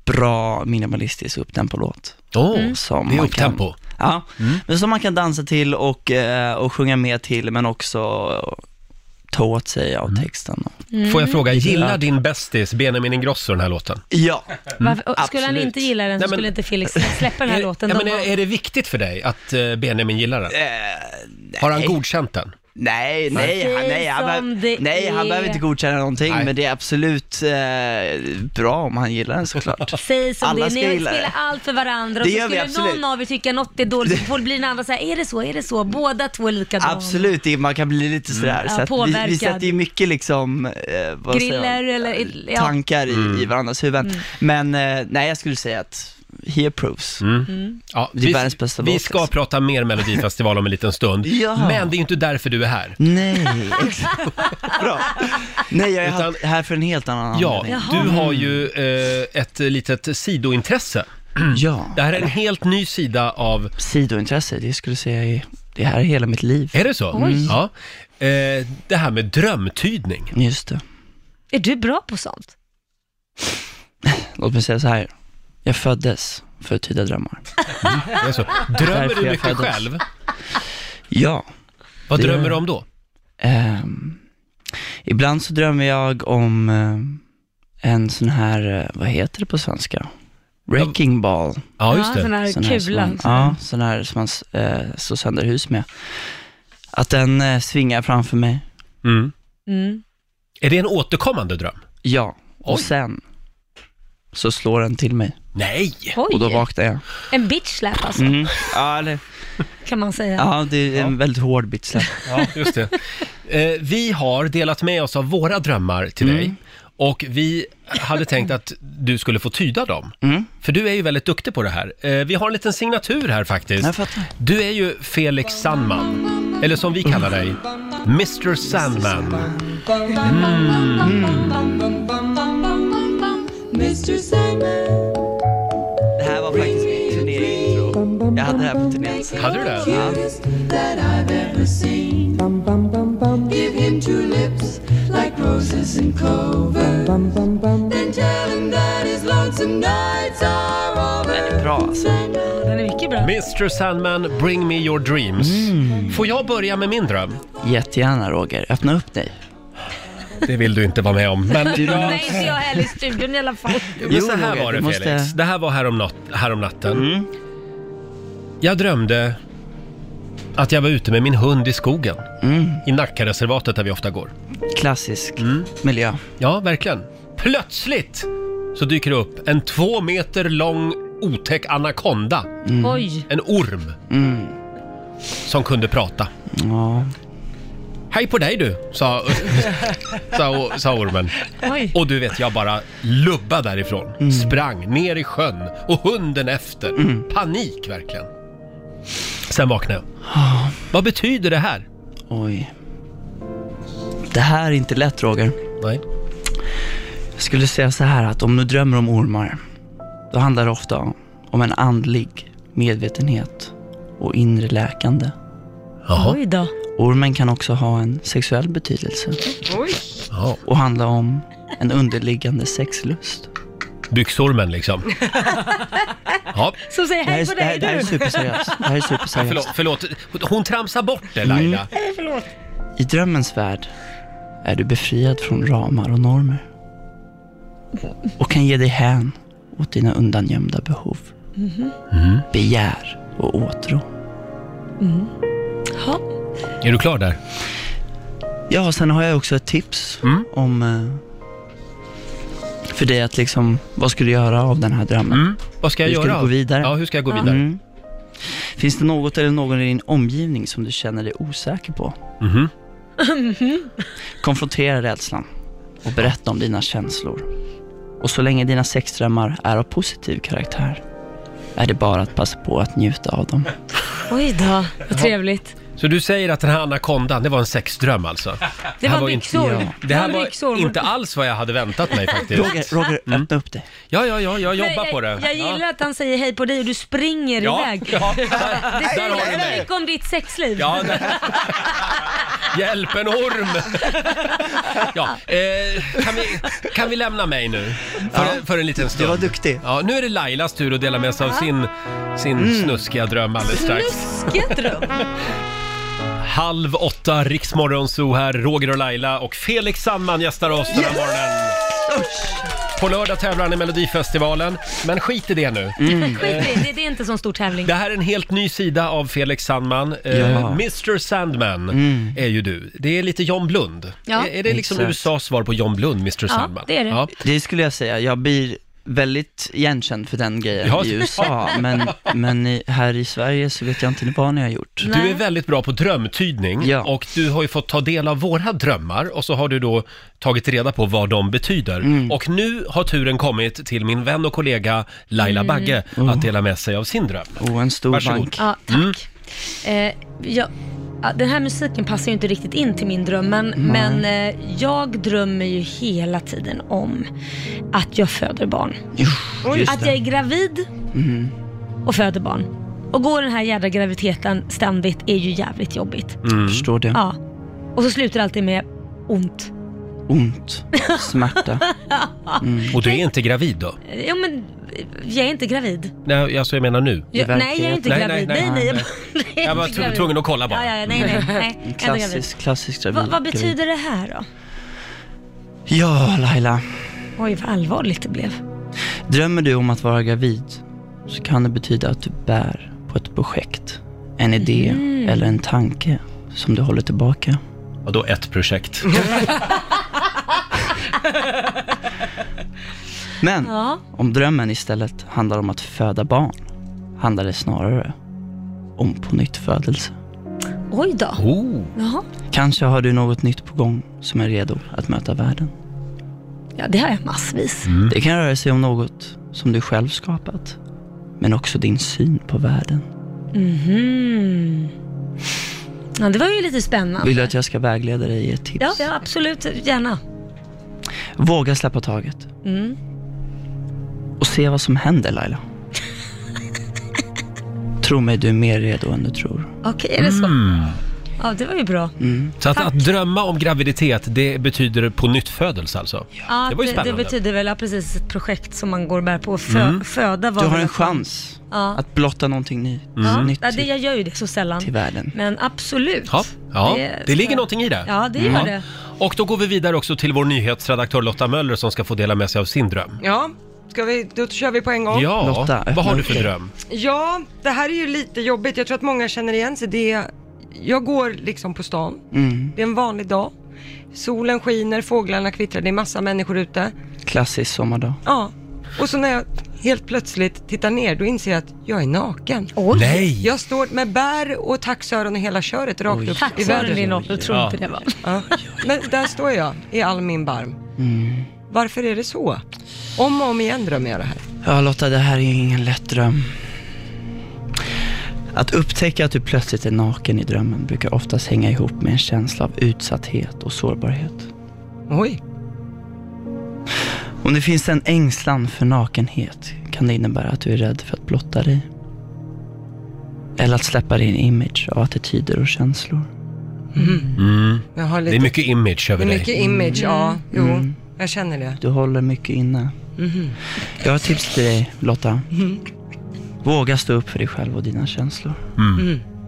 bra minimalistisk upptempo-låt. Åh, Mm. Som det är man kan- upptempo. Mm. Ja, men som man kan dansa till och, eh, och sjunga med till men också ta åt sig av texten. Mm. Mm. Mm. Får jag fråga, gillar din bästis Benjamin Ingrosso den här låten? Ja, Mm. Varför, och skulle han absolut. inte gilla den så Mm. Nej, men- skulle inte Felix släppa den här Är, låten. ja, De men är, var- är det viktigt för dig att eh, Benjamin gillar den? eh, Har han godkänt den? Nej, nej, Säg han, nej, han, som det behöver, nej, han är. behöver inte godkänna någonting, Nej. men det är absolut eh, bra om han gillar den (laughs) såklart. Säg som Alla det är, ska ni gilla det. spelar allt för varandra Det och så gör vi, skulle absolut. någon av er tycka något är dåligt, så får- blir den andra så här, är det så, är det så, båda två är likadana. Absolut, det- man kan bli Mm. lite sådär. Ja, så att vi, vi påverkad. sätter ju mycket liksom, eh, vad säger Äh, Griller man? eller, ja. Mm. tankar i, Mm. i varandras huvuden. Men eh, nej, jag skulle säga att he approves. Mm. Mm. Ja, Det är världens bästa vi låt, ska alltså. prata mer Melodifestival om en liten stund. (laughs) Ja. Men det är ju inte därför du är här. (laughs) Nej, exakt. Bra. Nej, jag är Utan- ha- här för en helt annan Ja, anledning. du har ju eh, ett litet sidointresse. Ja, Det här är en helt ny sida av... sidointresse, det skulle jag säga är, det här är hela mitt liv. Mm. Är det så? Oj. Ja. Eh, det här med drömtydning. Just det. Är du bra på sånt? Låt mig säga så här. Jag föddes för att tyda drömmar. Mm. Det är så. Drömmer Därför du jag mycket föddes. själv? Ja. Vad Det gör drömmer du jag. om då? ehm, ibland så drömmer jag om ehm, en sån här, eh, vad heter det på svenska? Wrecking ball. Ja, just sån det. här Sån här som kula. man- Ja, sån här som man eh, slår sönder hus med. Att den eh, svingar framför mig. Mm. Mm. Är det en återkommande dröm? Ja. Och Oj. sen så slår den till mig. Nej! Och då Oj, vaknar jag. en bitch slap alltså, Mm. Ja, eller, kan man säga. ja, det är en väldigt hård bit sen. Ja, just det. Eh, vi har delat med oss av våra drömmar till Mm. dig och vi hade tänkt att du skulle få tyda dem. Mm. För du är ju väldigt duktig på det här. Eh, vi har en liten signatur här faktiskt. Jag fattar. Du är ju Felix Sandman, eller som vi kallar dig, Mr Sandman. Mm. Det här var faktiskt mitt turnéintro. Jag hade det här på turnén. Hade du det? Ja. Den är (laughs) bra alltså. Den är mycket bra. Mr Sandman, bring me your dreams. Mm. Får jag börja med min dröm? Jättegärna Roger, öppna upp dig. Det vill du inte vara med om, men... Nej, inte jag heller i studion i alla fall. Men så här Roger, var det du måste- Mm. Felix, det här var härom, nat- härom natten. Jag drömde att jag var ute med min hund i skogen. I Nackareservatet där vi ofta går. Mm. Mm. Klassisk miljö. Ja, verkligen. Plötsligt så dyker det upp en två meter lång otäck anakonda. Mm. Oj. En orm. Som kunde prata. Ja. Hej på dig du, sa, sa, sa ormen. Oj. Och du vet, jag bara lubba därifrån. Mm. Sprang ner i sjön och hunden efter. Panik verkligen. Sen vaknade jag. Vad betyder det här? Oj. Det här är inte lätt Roger. Nej. Jag skulle säga så här att om du drömmer om ormar, då handlar det ofta om en andlig medvetenhet och inre läkande. Jaha. Oj då. Ormen kan också ha en sexuell betydelse Oj, Jaha. och handla om en underliggande sexlust. (laughs) Byxormen liksom. Ja, Som säger Det här hej på är, det här, dig det här är du. superseriöst. Det här är Mm. förlåt, superseriöst. förlåt. Hon tramsar bort det Laila. I drömmens värld är du befriad från ramar och normer och kan ge dig hän åt dina undangömda behov, Mm-hmm. Mm. begär och åtrå. Mm-hmm. Ja. Är du klar där? Ja, sen har jag också ett tips Mm. om eh, för dig att liksom, vad ska du göra av den här drömmen? Mm. Vad ska jag Hur göra? ska du gå vidare? Ja, hur ska jag gå vidare? Mm. Finns det något eller någon i din omgivning som du känner dig osäker på? Mhm. Mm-hmm. Konfrontera rädslan och berätta om dina känslor. Och så länge dina sexdrömmar är av positiv karaktär är det bara att passa på att njuta av dem. Oj då, vad trevligt. Så du säger att den här anakondan, det var en sexdröm alltså? Det här var inte- byxor. ja. Det här var byxor. var inte alls vad jag hade väntat mig faktiskt. Mm. Roger, Roger öppna upp dig. Ja, ja, ja, jag Nej, jobbar på det. Jag, jag Ja. gillar att han säger hej på dig och du springer Ja, iväg. ja, Det där har du säger mig. mycket om ditt sexliv. Ja, nej. Hjälp, en orm! Ja, eh, kan, vi, kan vi lämna mig nu för, för en liten Du var stund? duktig. Ja, nu är det Lailas tur att dela med sig av sin, sin Mm. snuskiga dröm alldeles strax. Snuskigt (laughs) rum. Halv åtta, Riksmorgon Zoo här, Roger och Laila och Felix Sandman gästar oss den här morgonen. På lördag tävlar han i Melodifestivalen, men skit i det nu. Mm. Skit i det, det, det är inte en sån stor tävling. Det här är en helt ny sida av Felix Sandman. Eh, Ja. Mm. Mr Sandman är ju du. Det är lite John Blund. Ja. Är, är det liksom Exakt. USAs svar på John Blund, Mr Sandman? det är det. Det skulle jag säga, jag blir väldigt igenkänd för den grejen Ja. i USA, men, men i, här i Sverige så vet jag inte vad ni har gjort. Du Nej. är väldigt bra på drömtydning Ja. och du har ju fått ta del av våra drömmar och så har du då tagit reda på vad de betyder. Mm. Och nu har turen kommit till min vän och kollega Laila Bagge att dela med sig av sin dröm. Och Mm. en stor Varsågod. Mm. bank. Mm. Ja, tack. Eh, jag, ja, den här musiken passar ju inte riktigt in till min dröm, men, men eh, jag drömmer ju hela tiden om att jag föder barn. Just Att jag det. är gravid Mm. och föder barn. Och går den här jädra graviditeten ständigt är ju jävligt jobbigt. Mm. Förstår det. Ja. Och så slutar det alltid med ont. Ont, smärta. Mm. Och du är inte gravid då? Eh, Ja, men eh, jag är inte gravid. Nej, alltså jag menar nu. Jag, nej, jag är inte Nej, gravid. nej, Nej, nej, nej. jag, är (laughs) Jag var inte tv- gravid. tvungen att kolla bara. Ja, ja, ja, nej, nej. nej. jag är inte gravid. Klassisk, klassisk gravid. Vad, vad betyder det här då? Ja, Laila. Oj, vad allvarligt det blev. Drömmer du om att vara gravid så kan det betyda att du bär på ett projekt, en idé Mhm. eller en tanke som du håller tillbaka. Och då ett projekt. Men Ja. om drömmen istället handlar om att föda barn handlar det snarare om på nytt födelse. Oj då. Oh. Jaha. Kanske har du något nytt på gång som är redo att möta världen. Ja, det har jag massvis. Det kan röra sig om något som du själv skapat, men också din syn på världen. Mhm. Ja, det var ju lite spännande. Vill du att jag ska vägleda dig i ett tips? Ja, ja absolut. Gärna. Mm. Våga släppa taget. Och se vad som händer Laila. Tro mig, du är mer redo än du tror. Okej, är det så? Mm. Ja, det var ju bra. Mm. Så att, att drömma om graviditet, det betyder på nytt födelse alltså? Ja, Det var ju det, spännande. Mm. betyder väl ja, precis ett projekt som man går och bär på. och Fö, Föda var Du har väl- en chans Ja. att blotta någonting ny, Mm. nytt Ja, det, till, jag gör ju det så sällan. till världen. Men absolut. Ja, ja. Det, ska- ligger någonting i det. Ja, det gör Ja. det. Och då går vi vidare också till vår nyhetsredaktör Lotta Möller som ska få dela med sig av sin dröm. Ja, ska vi, då kör vi på en gång. Ja, Lotta, öppna vad har du upp för dig. dröm? Ja, det här är ju lite jobbigt. Jag tror att många känner igen sig. Det är, jag går liksom på stan. Mm. Det är en vanlig dag. Solen skiner, fåglarna kvittrar, det är massa människor ute. Klassisk sommardag. Ja, och så när jag helt plötsligt tittar ner, då inser jag att jag är naken. Oj. Nej! Jag står med bär och taxöron och hela köret rakt Oj. upp i Tack vare vädret. din ålder, tror Ja. inte det var. Ja. Men där står jag i all min barm. Mm. Varför är det så? Om och om igen drömmer jag det här. Ja Lotta, det här är ingen lätt dröm. Att upptäcka att du plötsligt är naken i drömmen brukar oftast hänga ihop med en känsla av utsatthet och sårbarhet. Oj. Om det finns en ängslan för nakenhet kan det innebära att du är rädd för att blotta dig. Eller att släppa din image av attityder och känslor. Jag har lite, Det är mycket image det över är dig. Mm. mycket image, Mm. ja. Jo, jag känner det. Du håller mycket inne. Jag har ett tips till dig, Lotta. Våga stå upp för dig själv och dina känslor.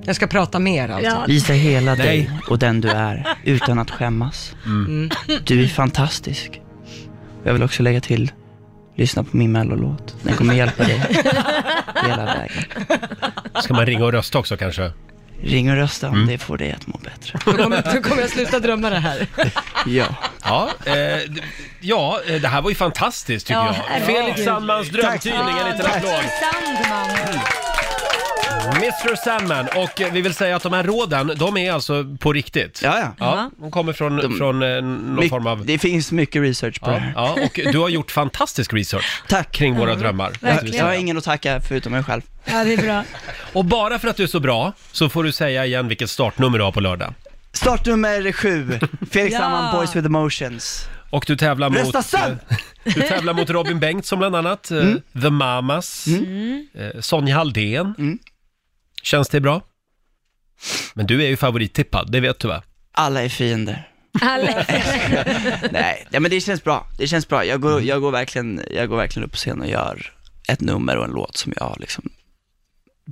Jag ska prata mer alltså. Ja. Visa hela Nej. dig och den du är utan att skämmas. Mm. Du är fantastisk. Jag vill också lägga till, lyssna på min mellolåt. Den kommer hjälpa dig hela vägen. Ska man ringa och rösta också kanske? Mm. Ring och rösta om det får dig att må bättre. Då, kommer, då kommer jag sluta drömma (laughs) det här. Ja. (laughs) Ja, eh, d- ja eh, det här var ju fantastiskt tycker Ja, jag. herregud. Felix Sandmans drömtydning, en liten applåd. Sandman. Mr Sandman, och eh, vi vill säga att de här råden, de är alltså på riktigt. Ja, ja. Ja, de kommer från, De- från eh, någon My- form av... Det finns mycket research på det Ja, här. ja, och du har gjort fantastisk research Tack. kring våra drömmar. måste vi Jag, jag säga. har ingen att tacka förutom mig själv. Ja, det är bra. Och bara för att du är så bra så får du säga igen vilket startnummer du har på lördag. Startnummer sju, Felix Ja. Sandman, Boys with Emotions. Och du tävlar mot... Rösta sen! Du tävlar mot Robin Bengtsson bland annat, eh, Mm. The Mamas, eh, Sonja Halldén. Mm. Känns det bra? Men du är ju favorittippad, det vet du va? Alla är fiender. Alla. (laughs) Nej, ja, men det känns bra. Det känns bra. Jag går, jag, går verkligen, jag går verkligen upp på scen och gör ett nummer och en låt som jag liksom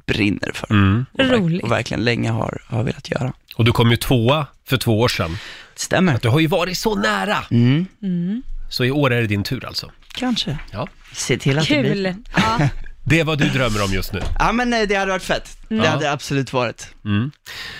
brinner för. Mm. Och, verk, Roligt. och verkligen länge har, har velat göra. Och du kom ju tvåa för två år sedan. Stämmer. Du har ju varit så nära! Mm. Så i år är det din tur alltså. Kanske. Ja. Se till att det blir... Kul. Ja. Det är vad du drömmer om just nu. Ja, men eh, det hade varit fett. Det hade absolut varit. Mm.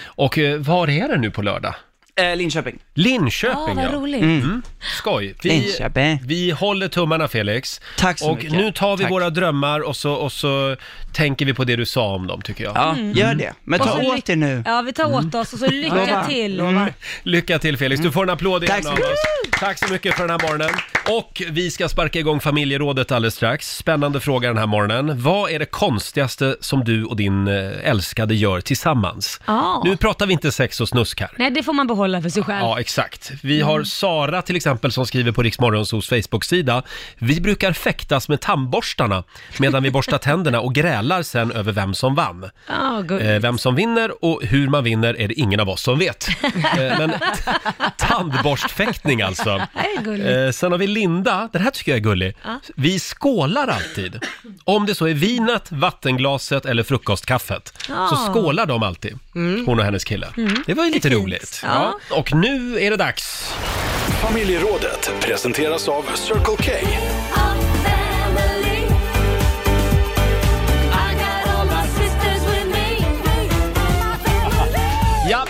Och eh, var är det nu på lördag? Eh, Linköping. Mm. Ja, Linköping Ah, vad ja. Mm. roligt. Skoj. Vi, Linköping. vi håller tummarna Felix. Tack så och mycket. nu tar vi Tack. våra drömmar och så, och så tänker vi på det du sa om dem tycker jag. Ja, gör det. Men Mm. Och ta så ly- åt er nu. Ja, vi tar åt oss och så lycka Lovar. till. Mm. Lycka till Felix, du får en applåd igen Tack så av mycket. oss. Tack så mycket för den här morgonen. Och vi ska sparka igång familjerådet alldeles strax. Spännande fråga den här morgonen. Vad är det konstigaste som du och din eh, älskade gör tillsammans? Ja. Nu pratar vi inte sex och snusk här. Nej, det får man behålla för sig själv. Ja, exakt. Vi har Mm. Sara till exempel som skriver på Riksmorgonsos Facebook-sida. Vi brukar fäktas med tandborstarna medan vi borstar tänderna och grälar sen över vem som vann. Ja, gulligt. Eh, vem som vinner och hur man vinner är det ingen av oss (laughs) som vet. Eh, men tandborstfäktning alltså. Det är gulligt. Eh, sen har vi Linda, den här tycker jag är gullig. Vi skålar alltid. Om det så är vinet, vattenglaset eller frukostkaffet så Ah. skålar de alltid, hon och hennes kille. Det var ju lite roligt. Mm. Ja. Ja. Och nu är det dags. Familjerådet presenteras av Circle K. Ja,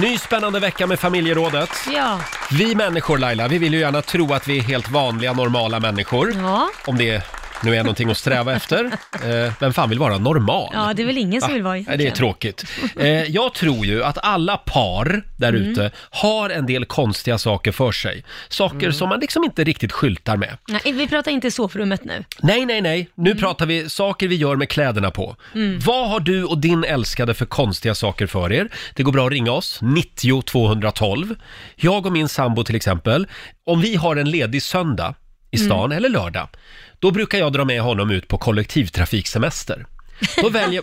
ny spännande vecka med familjerådet. Ja, Vi människor Laila, vi vill ju gärna tro att vi är helt vanliga, normala människor. Ja. Om det nu är någonting att sträva (laughs) efter. Eh, vem fan vill vara normal? ja, det är väl ingen som vill vara Ah, Nej, det är egentligen. tråkigt. Eh, jag tror ju att alla par där Mm. ute har en del konstiga saker för sig. Saker Mm. som man liksom inte riktigt skyltar med. Nej, vi pratar inte i sovrummet nu. Nej, nej, nej. Nu Mm. pratar vi saker vi gör med kläderna på. Vad har du och din älskade för konstiga saker för er? Det går bra att ringa oss, 90 212. Jag och min sambo till exempel, om vi har en ledig söndag i Mm. stan eller lördag, då brukar jag dra med honom ut på kollektivtrafiksemester. (laughs) Då väljer...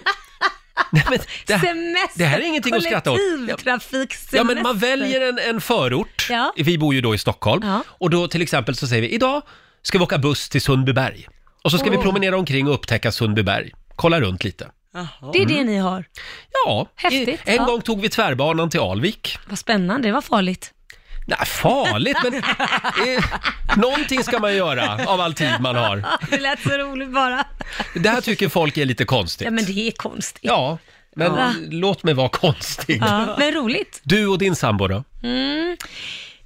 Nej, men det här- Semester, det här är ingenting att skratta åt. Kollektivtrafiksemester. Ja, men man väljer en, en förort. Ja. Vi bor ju då i Stockholm. Ja. Och då till exempel så säger vi, idag ska vi åka buss till Sundbyberg. Och så ska vi promenera omkring och upptäcka Sundbyberg. Kolla runt lite. Det är det ni har. Ja, Häftigt, i- en ja. gång tog vi tvärbanan till Alvik. Vad spännande, det var farligt. Nej, farligt, (laughs) men eh, någonting ska man göra av all tid man har. Ja, det lät så roligt bara. Det här tycker folk är lite konstigt. Ja, men det är (laughs) konstigt. Ja, men Ja. låt mig vara konstig. Ja, men roligt. Mm. Du och din sambo då?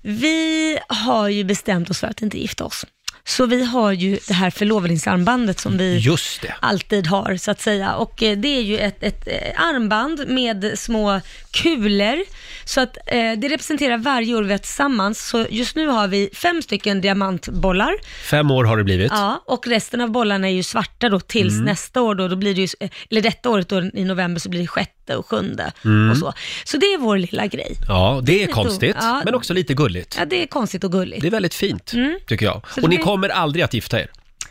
Vi har ju bestämt oss för att inte gifta oss. Så vi har ju det här förlovningsarmbandet som vi Just det. alltid har, så att säga. Och eh, det är ju ett, ett eh, armband med små kulor, så att eh, det representerar varje år vi är tillsammans. Så just nu har vi fem stycken diamantbollar, Fem år har det blivit. ja, och resten av bollarna är ju svarta då tills Mm. nästa år då, då blir det ju, eh, eller detta året då i november så blir det sjätte och sjunde Mm. och så. Så det är vår lilla grej. Ja, det är Lite- konstigt, ja. men också lite gulligt. Ja, det är konstigt och gulligt. Det är väldigt fint, tycker jag. det Och ni blir- kommer aldrig att gifta er?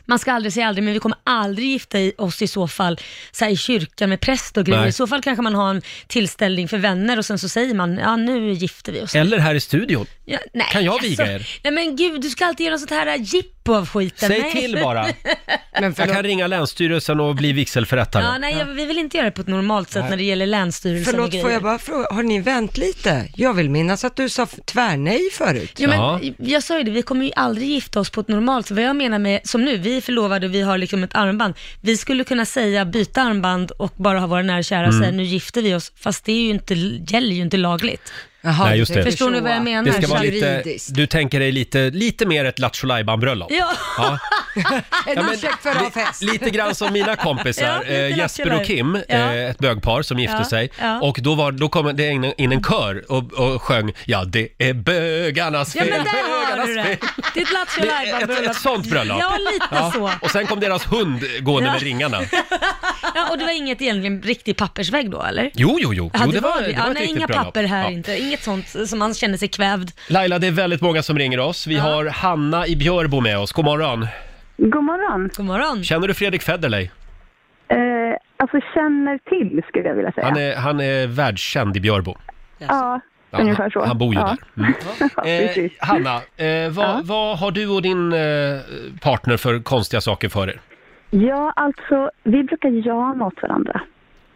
Man ska aldrig säga aldrig, men vi kommer aldrig gifta i- oss i så fall så här, i kyrkan med präst och grejer. Nej. I så fall kanske man har en tillställning för vänner och sen så säger man, ja nu gifter vi oss. Eller här i studion? Ja, nej, alltså, Kan jag viga er? Nej men gud, du ska alltid göra sånt här äh, jippo av skiten. Säg nej. till (laughs) bara. Men Jag kan förlåt, ringa Länsstyrelsen och bli Ja, vigselförrättare. nej, jag, vi vill inte göra det på ett normalt sätt när det gäller länsstyrelsen och förlåt grejer. får jag bara fråga, har ni vänt lite? Jag vill minnas att du sa f- tvärnej förut. Jo, men, Ja. Jag sa ju det, vi kommer ju aldrig gifta oss på ett normalt sätt. Vad jag menar med, som nu, vi är förlovade och vi har liksom ett armband. Vi skulle kunna säga byta armband och bara ha våra nära och kära Mm. och säga nu gifter vi oss, fast det är ju inte, gäller ju inte lagligt. Jaha, Nej, just du tänker det. Förstår ni så. vad jag menar? Det ska vara lite, Juridiskt. du tänker dig lite, lite mer ett Lattjo Lajban-bröllop. (laughs) Ja, Ja. En Ja, men ursäkt för att ha fest. Lite grann som mina kompisar, (laughs) Ja, lite eh, Jesper och Kim, Lattjo eh, Lajban. Ja. ett bögpar som gifte Ja, sig. ja. Och då, var, då kom det in, in en kör och, och sjöng “Ja, det är bögarnas ja fel, men där har du bögarnas det. fel”. Det är ett Lattjo Det är ett, Lajban-bröllop. ett sånt bröllop. Ja, lite Ja. så. Och sen kom deras hund gående Ja. med ringarna. (laughs) Ja, och det var inget egentligen riktig pappersvägg då, eller? Jo, jo, jo. Ja, jo det var det. det Ja, var ett nej, riktigt inga bröllop. papper här Ja. inte. Inget sånt som man känner sig kvävd. Laila, det är väldigt många som ringer oss. Vi har Hanna i Björbo med oss. God morgon. God morgon. God morgon. Känner du Fredrik Federley? Eh, alltså känner till skulle jag vilja säga. Han är, han är världskänd i Björbo. Ja, Ja, ungefär så. han- Han bor ju ja. där. Mm. (laughs) Ja, Eh, precis. Hanna, eh, vad, vad har du och din eh, partner för konstiga saker för er? ja, alltså vi brukar jama åt varandra.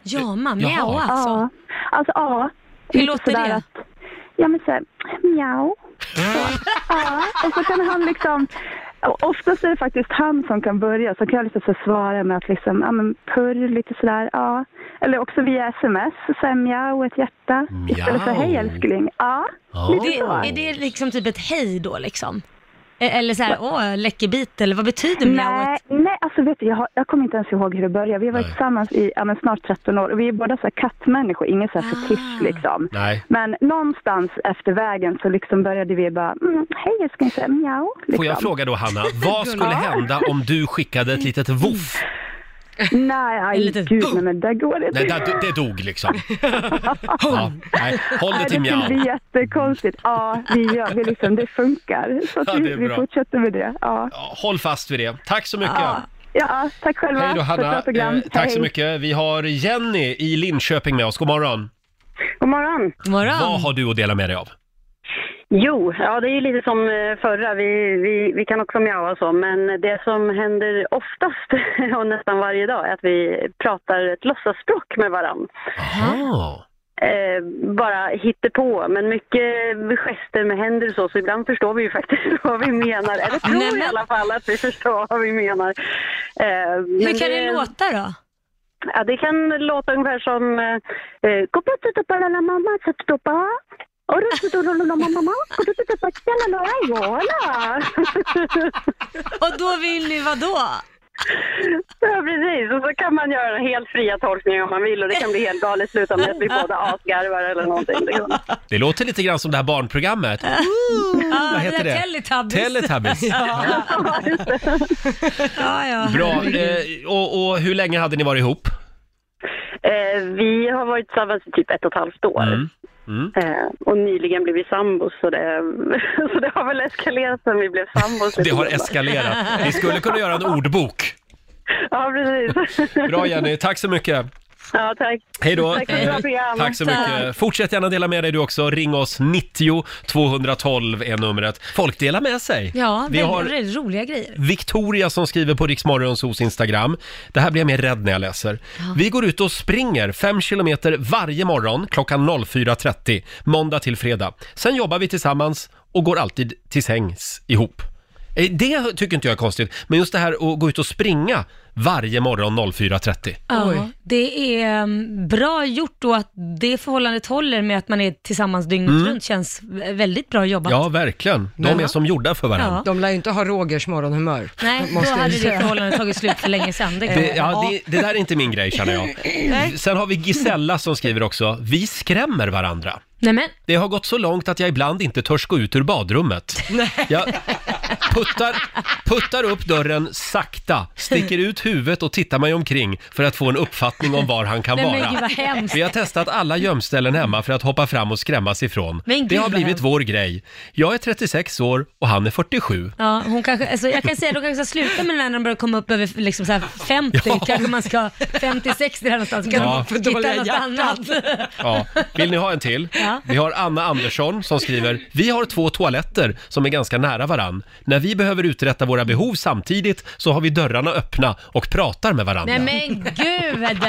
Jama, mjau Eh, Jaha. alltså. Ja, alltså ja. Hur Lite låter sådär det? Att, (laughs) ja men såhär, mjau. Så, ja, och så kan han liksom Och Oftast är det faktiskt han som kan börja, så kan jag liksom så svara med att liksom, ja men purr lite sådär, ja. Eller också via sms, såhär mjau, ett hjärta. Mm, Istället för Mjau. hej älskling, ja. Lite Det, så. är det liksom typ ett hej då liksom? E- Eller så här, åh, läckerbit eller vad betyder Nej, mjauet? nej, alltså vet du, jag, har, jag kommer inte ens ihåg hur det började. Vi har varit tillsammans i ja, men snart 13 år och vi är båda så här kattmänniskor, ingen så här fetisch liksom. Ah. Nej. Men någonstans efter vägen så liksom började vi bara, mm, hej jag ska säga mjau. Liksom. Får jag fråga då (laughs) Hanna, vad skulle Ja. hända om du skickade ett litet voff? (laughs) Nej, aj, gud, nej, men där går det Nej, det, det dog (laughs) liksom. Ja, nej, håll Nej, det till Det skulle bli mjau. jättekonstigt. Ja, vi gör vi liksom, det funkar. Så att Ja, det vi, är vi bra. fortsätter med det. Ja, Håll fast vid det. Tack så mycket. ja. ja tack själva Hej då för ett Hanna. bra program. Eh, tack så Hej. mycket. Vi har Jenny i Linköping med oss. God morgon. God morgon. Vad har du att dela med dig av? Jo, ja det är ju lite som eh, förra, vi, vi, vi kan också mjaua och så, men det som händer oftast (laughs) och nästan varje dag är att vi pratar ett låtsasspråk med varandra. Eh, bara hittepå, men mycket gester med händer och så, så ibland förstår vi ju faktiskt (laughs) vad vi menar, eller tror i alla fall att vi förstår vad vi menar. Eh, men Hur kan det låta då? Ja, det kan låta ungefär som eh, eh, "Kopatutupalala mamma satutupa, orusutululula mamma, kotutupatjalalajola." Och då vill ni vadå? (laughs) Ja, precis. Och så kan man göra helt fria tolkningar om man vill och det kan bli helt galet i slutändan med att vi båda asgarvar eller någonting. Det går. Det låter lite grann som det här barnprogrammet. Ja, Mm. Vad heter det? det? där Teletubbies. Teletubbies. ja. (laughs) ja, ja. Bra. Eh, och, och hur länge hade ni varit ihop? Eh, vi har varit tillsammans i typ ett och ett halvt år. Mm. Eh, och nyligen blev vi sambos så det, (laughs) så det har väl eskalerat sen vi blev sambos. Det har eskalerat. Vi skulle kunna göra en ordbok. Ja, precis. (laughs) Bra Jenny, tack så mycket. Ja, tack. Hej då. Eh, Tack för ett bra program. Tack så mycket. Fortsätt gärna dela med dig du också. Ring oss, 90 212 är numret. Folk delar med sig. Ja, Vi väldigt har roliga grejer. Victoria som skriver på Riksmorgonsos Instagram. Det här blir jag mer rädd när jag läser. Vi går ut och springer 5 kilometer varje morgon klockan 04.30, måndag till fredag. Sen jobbar vi tillsammans och går alltid till sängs ihop. Eh, Det tycker inte jag är konstigt, men just det här att gå ut och springa varje morgon 04.30. Ja, det är um, bra gjort och att det förhållandet håller med att man är tillsammans dygnet Mm. runt känns väldigt bra jobbat. Ja, verkligen. De Men- är som gjorda för varandra. Ja. De lär ju inte ha Rogers morgonhumör. Nej, då måste jag hade säga. det (laughs) förhållandet tagit slut för länge sedan. Det, Det, ja, det, det där är inte min grej känner jag. Nej. Sen har vi Gisella som skriver också, vi skrämmer varandra. Nej men, Det har gått så långt att jag ibland inte törs gå ut ur badrummet. Jag puttar, puttar upp dörren sakta, sticker ut huvudet och tittar mig omkring för att få en uppfattning om var han kan Nej, men vara. gud, vad hemskt. Vi har testat alla gömställen hemma för att hoppa fram och skrämmas ifrån. Men gud, det har vad blivit hemskt. vår grej. Jag är 36 år och han är 47. ja, hon kanske, alltså, jag kan säga att de kanske ska sluta med den här när de börjar komma upp över liksom, så här 50, kanske man ska 50-60 där någonstans. Kan Ja. man För hitta dåliga något annat. Ja. Vill ni ha en till? Ja. Vi har Anna Andersson som skriver, vi har två toaletter som är ganska nära varann. När vi behöver uträtta våra behov samtidigt så har vi dörrarna öppna och pratar med varandra. Nej men (laughs) gud!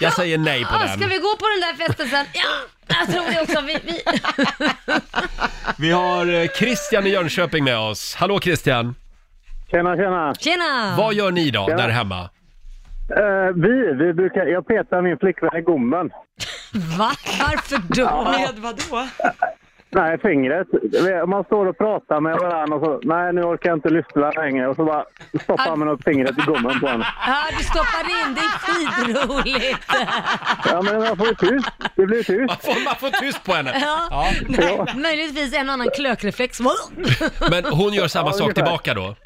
Jag säger nej på Ja, ska den. vi gå på den där festen sen? Ja, jag tror det också. Vi, vi... Vi har eh, Christian i Jönköping med oss. Hallå Christian! Tjena, tjena. Tjena! Vad gör ni då, Tjena. där hemma? Eh, vi, vi brukar, jag petar min flickvän i gommen. Va? Varför då? Med vadå? Nej, fingret. Man står och pratar med varandra och så, nej nu orkar jag inte lyssna längre. Och så bara stoppar man upp fingret i gommen på henne. Ja, du stoppar in. Det är skitroligt. Ja men man får ju tyst. Det blir tyst. Man får, man får tyst på henne. Ja. Möjligtvis en annan klökreflex. Men hon gör samma Ja, sak ungefär. tillbaka då?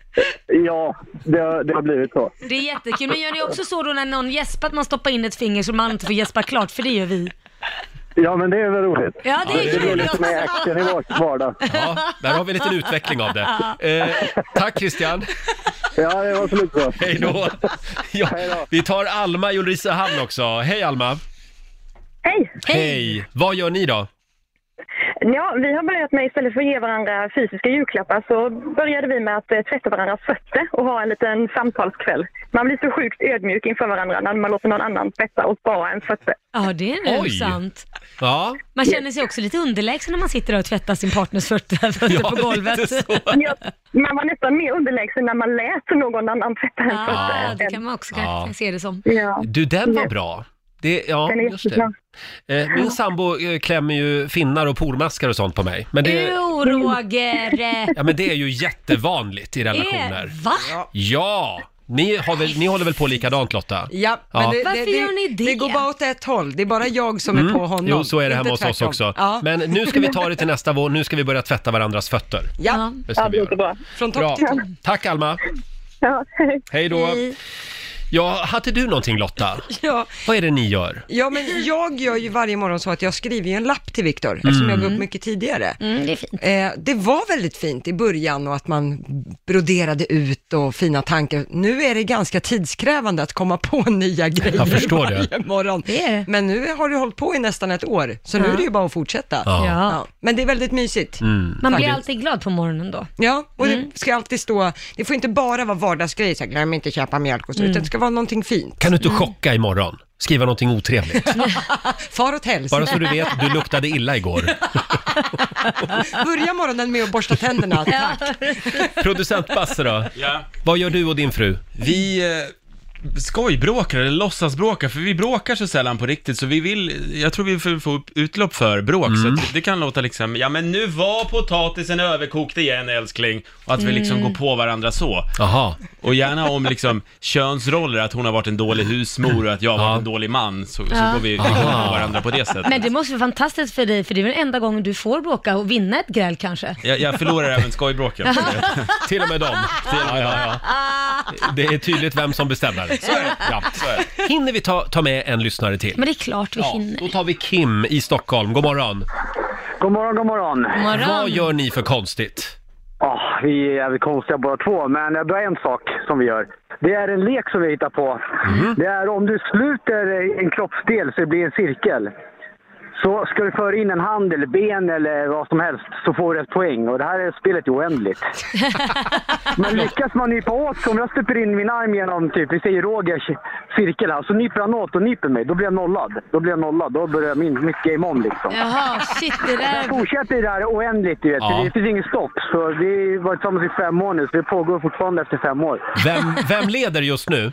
Ja, det, har- det har blivit så. Det är jättekul. Men gör ni också så då när någon gäspar att man stoppar in ett finger så man inte får gäspa klart? För det gör vi. Ja men det är väl roligt. Ja, det är det blir kul lite mer också. action i vår vardag. Ja, där har vi en liten utveckling av det. Eh, tack Christian! Ja, det var så lite så. Hej då! Ja, vi tar Alma i Ulricehamn också. Hej Alma! Hej! Hej! Vad gör ni då? Ja, vi har börjat med istället för att ge varandra fysiska julklappar så började vi med att eh, tvätta varandras fötter och ha en liten samtalskväll. Man blir så sjukt ödmjuk inför varandra när man låter någon annan tvätta och bara ens fötter. Ja, det är nog Oj. sant. Ja. Man känner sig också lite underlägsen när man sitter och tvättar sin partners fötter fötter på golvet. (laughs) Ja, man var nästan mer underlägsen när man lät någon annan tvätta ens fötter. Ja, det kan man också Ja. kanske se det som. Ja. Du, den var bra. Det, ja, Den är just det. jättebra. Eh, Min sambo eh, klämmer ju finnar och pormaskar och sånt på mig. Men det, Jo, Roger! ja, men det är (laughs) ju jättevanligt i relationer. Eh, Va? Ja! Ni, har väl, ni håller väl på likadant Lotta? Ja, men Det, Varför det, gör ni det? Det går bara åt ett håll, det är bara jag som är Mm. på honom. Jo, så är det inte hemma hos oss tvärtom. också. Ja. Men nu ska vi ta det till nästa vår. Nu ska vi börja tvätta varandras fötter. Ja, Det ska vi göra. Från Bra. topp till tå. Tack Alma! Hej då! Ja, hade du någonting Lotta? (laughs) Ja. Vad är det ni gör? Ja, men jag gör ju varje morgon så att jag skriver ju en lapp till Mm. Viktor, eftersom jag går upp mycket tidigare. Mm, det, är fint. Eh, det var väldigt fint i början och att man broderade ut och fina tankar. Nu är det ganska tidskrävande att komma på (laughs) nya grejer Jag förstår det. varje morgon. Men nu har du hållit på i nästan ett år, så nu Ja. är det ju bara att fortsätta. Ja. Men det är väldigt mysigt. Mm. Man blir Faktiskt. alltid glad på morgonen då. Ja, och Mm. det ska alltid stå, det får inte bara vara vardagsgrejer, så här, glöm inte köpa mjölk och så, Mm. utan det ska vara någonting fint. Mm. Kan du inte chocka imorgon? Skriva någonting (laughs) otrevligt. Far åt hälsa. Bara så du vet, du luktade illa igår. (laughs) Börja morgonen med att borsta tänderna, tack. Producent Basse då? Ja. Vad gör du och din fru? Vi eh, skojbråkar, eller låtsasbråkar, för vi bråkar så sällan på riktigt, så vi vill, jag tror vi får få upp utlopp för bråk, så Mm. att det kan låta liksom, ja men nu var potatisen överkokt igen älskling, och att vi liksom Mm. går på varandra så. Aha. Och gärna om liksom könsroller, att hon har varit en dålig husmor och att jag har varit en dålig man, så, så Ja. går vi Aha. på varandra på det sättet. Men det måste vara fantastiskt för dig, för det är väl enda gången du får bråka och vinna ett gräl kanske. Jag, jag förlorar även skojbråken. (laughs) (laughs) Till och med dem. Ja, ja, ja. Det är tydligt vem som bestämmer. Så är det. Ja. Hinner vi ta, ta med en lyssnare till? Men det är klart vi hinner. Då tar vi Kim i Stockholm. God morgon. God morgon, god morgon. morgon. Vad gör ni för konstigt? Ja, Ah, vi är jävligt konstiga båda två, men jag börjar en sak som vi gör. Det är en lek som vi hittar på. Det är om du sluter en kroppsdel så det blir en cirkel. Så ska du föra in en hand eller ben eller vad som helst så får du ett poäng. Och det här är spelet är oändligt. Men lyckas man nypa åt, så om jag släpper in min arm genom typ, vi säger Rogers cirkel här, så nyper han åt och nyper mig. Då blir jag nollad. Då blir jag nollad. Då börjar min, mitt game om liksom. Jaha, shit det där... fortsätter det där oändligt, du vet. Ja. Det finns inget stopp. Så vi har varit tillsammans i fem år nu, så det pågår fortfarande efter fem år. Vem, vem leder just nu?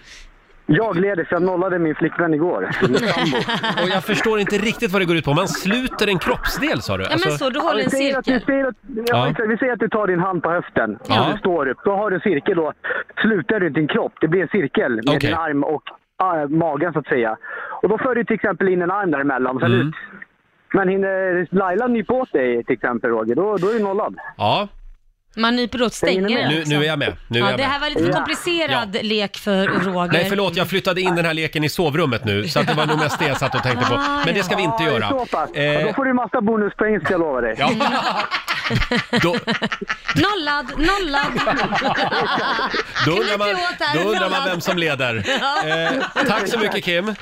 Jag leder, för jag nollade min flickvän igår. Min sambo. (laughs) Och jag förstår inte riktigt vad det går ut på. Man sluter en kroppsdel sa du? Alltså- Ja, vi säger att- vi säger att- Ja. ja, exakt. Vi säger att du tar din hand på höften, Ja. så du står upp. Då har du en cirkel då. Slutar du din kropp, det blir en cirkel med Okej. din arm och ah, magen så att säga. Och då för du till exempel in en arm däremellan, sen Mm. ut. Men hinner Laila nypa åt dig till exempel Roger, då, då är du nollad. Ja, Man nyper åt stänger nu, liksom. nu är jag med. Nu är ja, jag det med. här var lite för komplicerad lek för Roger. Nej förlåt, jag flyttade in den här leken i sovrummet nu så att det var nog mest det jag satt och tänkte på. Ah, Men det ska vi inte Ja, det är göra. så pass. Ja, Eh, då får du massa bonuspoäng ska jag lova dig. Ja. då, Nollad, nollad! då, undrar man, Knäpp åt här, då undrar man nollad. vem som leder. (laughs) Ja. Eh, tack så mycket Kim.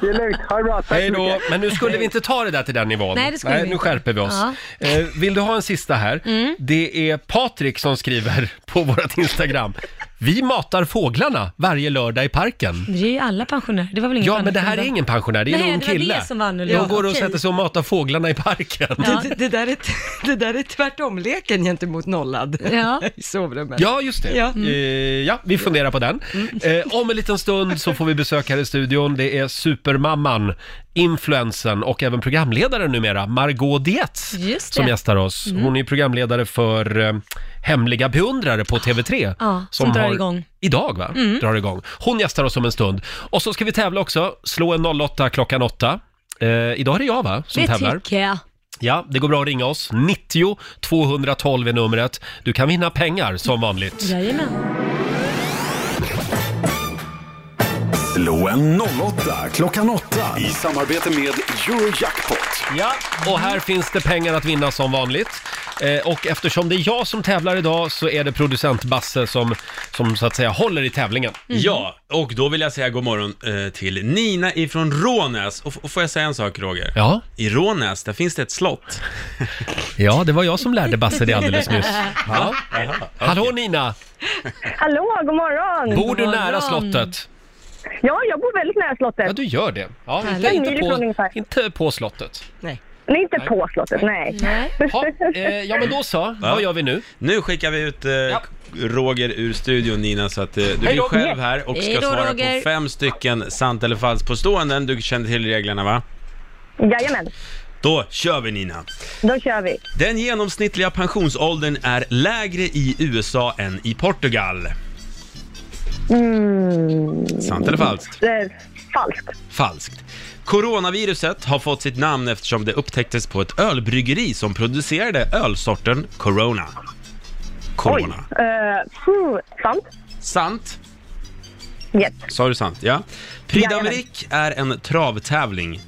Det är lugnt, ha det bra. Tack Hej så då. mycket. Men nu skulle vi inte ta det där till den nivån. Nej, det skulle vi nu inte. skärper vi oss. Ja. Mm. Eh, vill du ha en sista här? Det är Patrik som skriver (laughs) på vårt Instagram. Vi matar fåglarna varje lördag i parken. Det är ju alla pensionärer, det var väl ingen Ja, men det här pensionär är då? ingen pensionär, det är Nej, en ung det var det kille. som var annorlunda. De går och Okej. sätter sig och matar fåglarna i parken. Det, det- det, där är, t- (laughs) det där är tvärtom leken gentemot nollad Ja. (laughs) i sovrummet. Ja, just det. Ja. Eh, ja, vi funderar på den. Mm. Eh, om en liten stund så får vi besök här i studion. Det är supermamman, influensen och även programledaren numera, Margot Dietz, Just det. som gästar oss. Mm. Hon är programledare för eh, Hemliga beundrare på TV3. Ja, som drar igång. Idag, va? Mm. Drar igång. Hon gästar oss om en stund. Och så ska vi tävla också. Slå en 08 klockan 8. Eh, idag är det jag, va, som det tävlar. tycker jag. Ja, det går bra att ringa oss. 90 212 är numret. Du kan vinna pengar som vanligt. Jajamän. Slå en 08 klockan 8 i samarbete med Eurojackpot. Ja, och här finns det pengar att vinna som vanligt. Eh, och eftersom det är jag som tävlar idag så är det producent Basse som, som så att säga håller i tävlingen. Mm. mm. Ja, och då vill jag säga god morgon eh, till Nina ifrån Rånäs. Och, f- och får jag säga en sak Roger? Ja. I Rånäs, där finns det ett slott. Ja, det var jag som lärde Basse det alldeles nyss. (laughs) (laughs) Ja. Hallå Nina! Hallå, god morgon! Bor du nära slottet? Ja, jag bor väldigt nära slottet. Ja, du gör det. Ja, Härligt. inte, En inte, mil ifrån på, ungefär. inte på slottet. Nej. Nej, inte på slottet, nej. Ha, eh, ja, men då så. Vad gör vi nu? Nu skickar vi ut eh, Roger ur studion Nina, så att eh, du Hej blir då. själv här och Hej ska då, svara Roger. på fem stycken sant eller falskt påståenden. Du känner till reglerna va? Jajamän, Då kör vi Nina! då kör vi. Den genomsnittliga pensionsåldern är lägre i USA än i Portugal. Mm. Sant eller falskt? Eh, falskt. Falskt. Coronaviruset har fått sitt namn eftersom det upptäcktes på ett ölbryggeri som producerade ölsorten Corona. Corona. Eh, phew, sant. Sant. Yes. Sa du sant? Ja. Prix Jajamän. d'Amérique är en travtävling.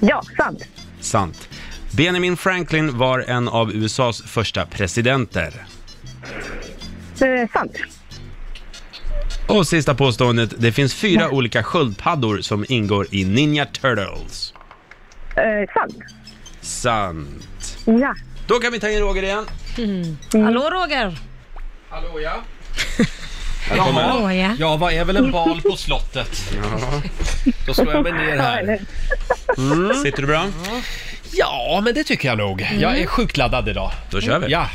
Ja, sant. Sant. Benjamin Franklin var en av USAs första presidenter. Eh, sant. Och sista påståendet. Det finns fyra olika sköldpaddor som ingår i Ninja Turtles. Eh, sant. Sant. Ja. Då kan vi ta in Roger igen. Mm. Hallå Roger! Hallå ja. Här kommer han. Hallå, ja. Ja, vad är väl en bal på slottet? Då slår jag mig ner här. Mm. Sitter du bra? Ja, men det tycker jag nog. Jag är sjukt laddad idag. Då kör vi. Ja.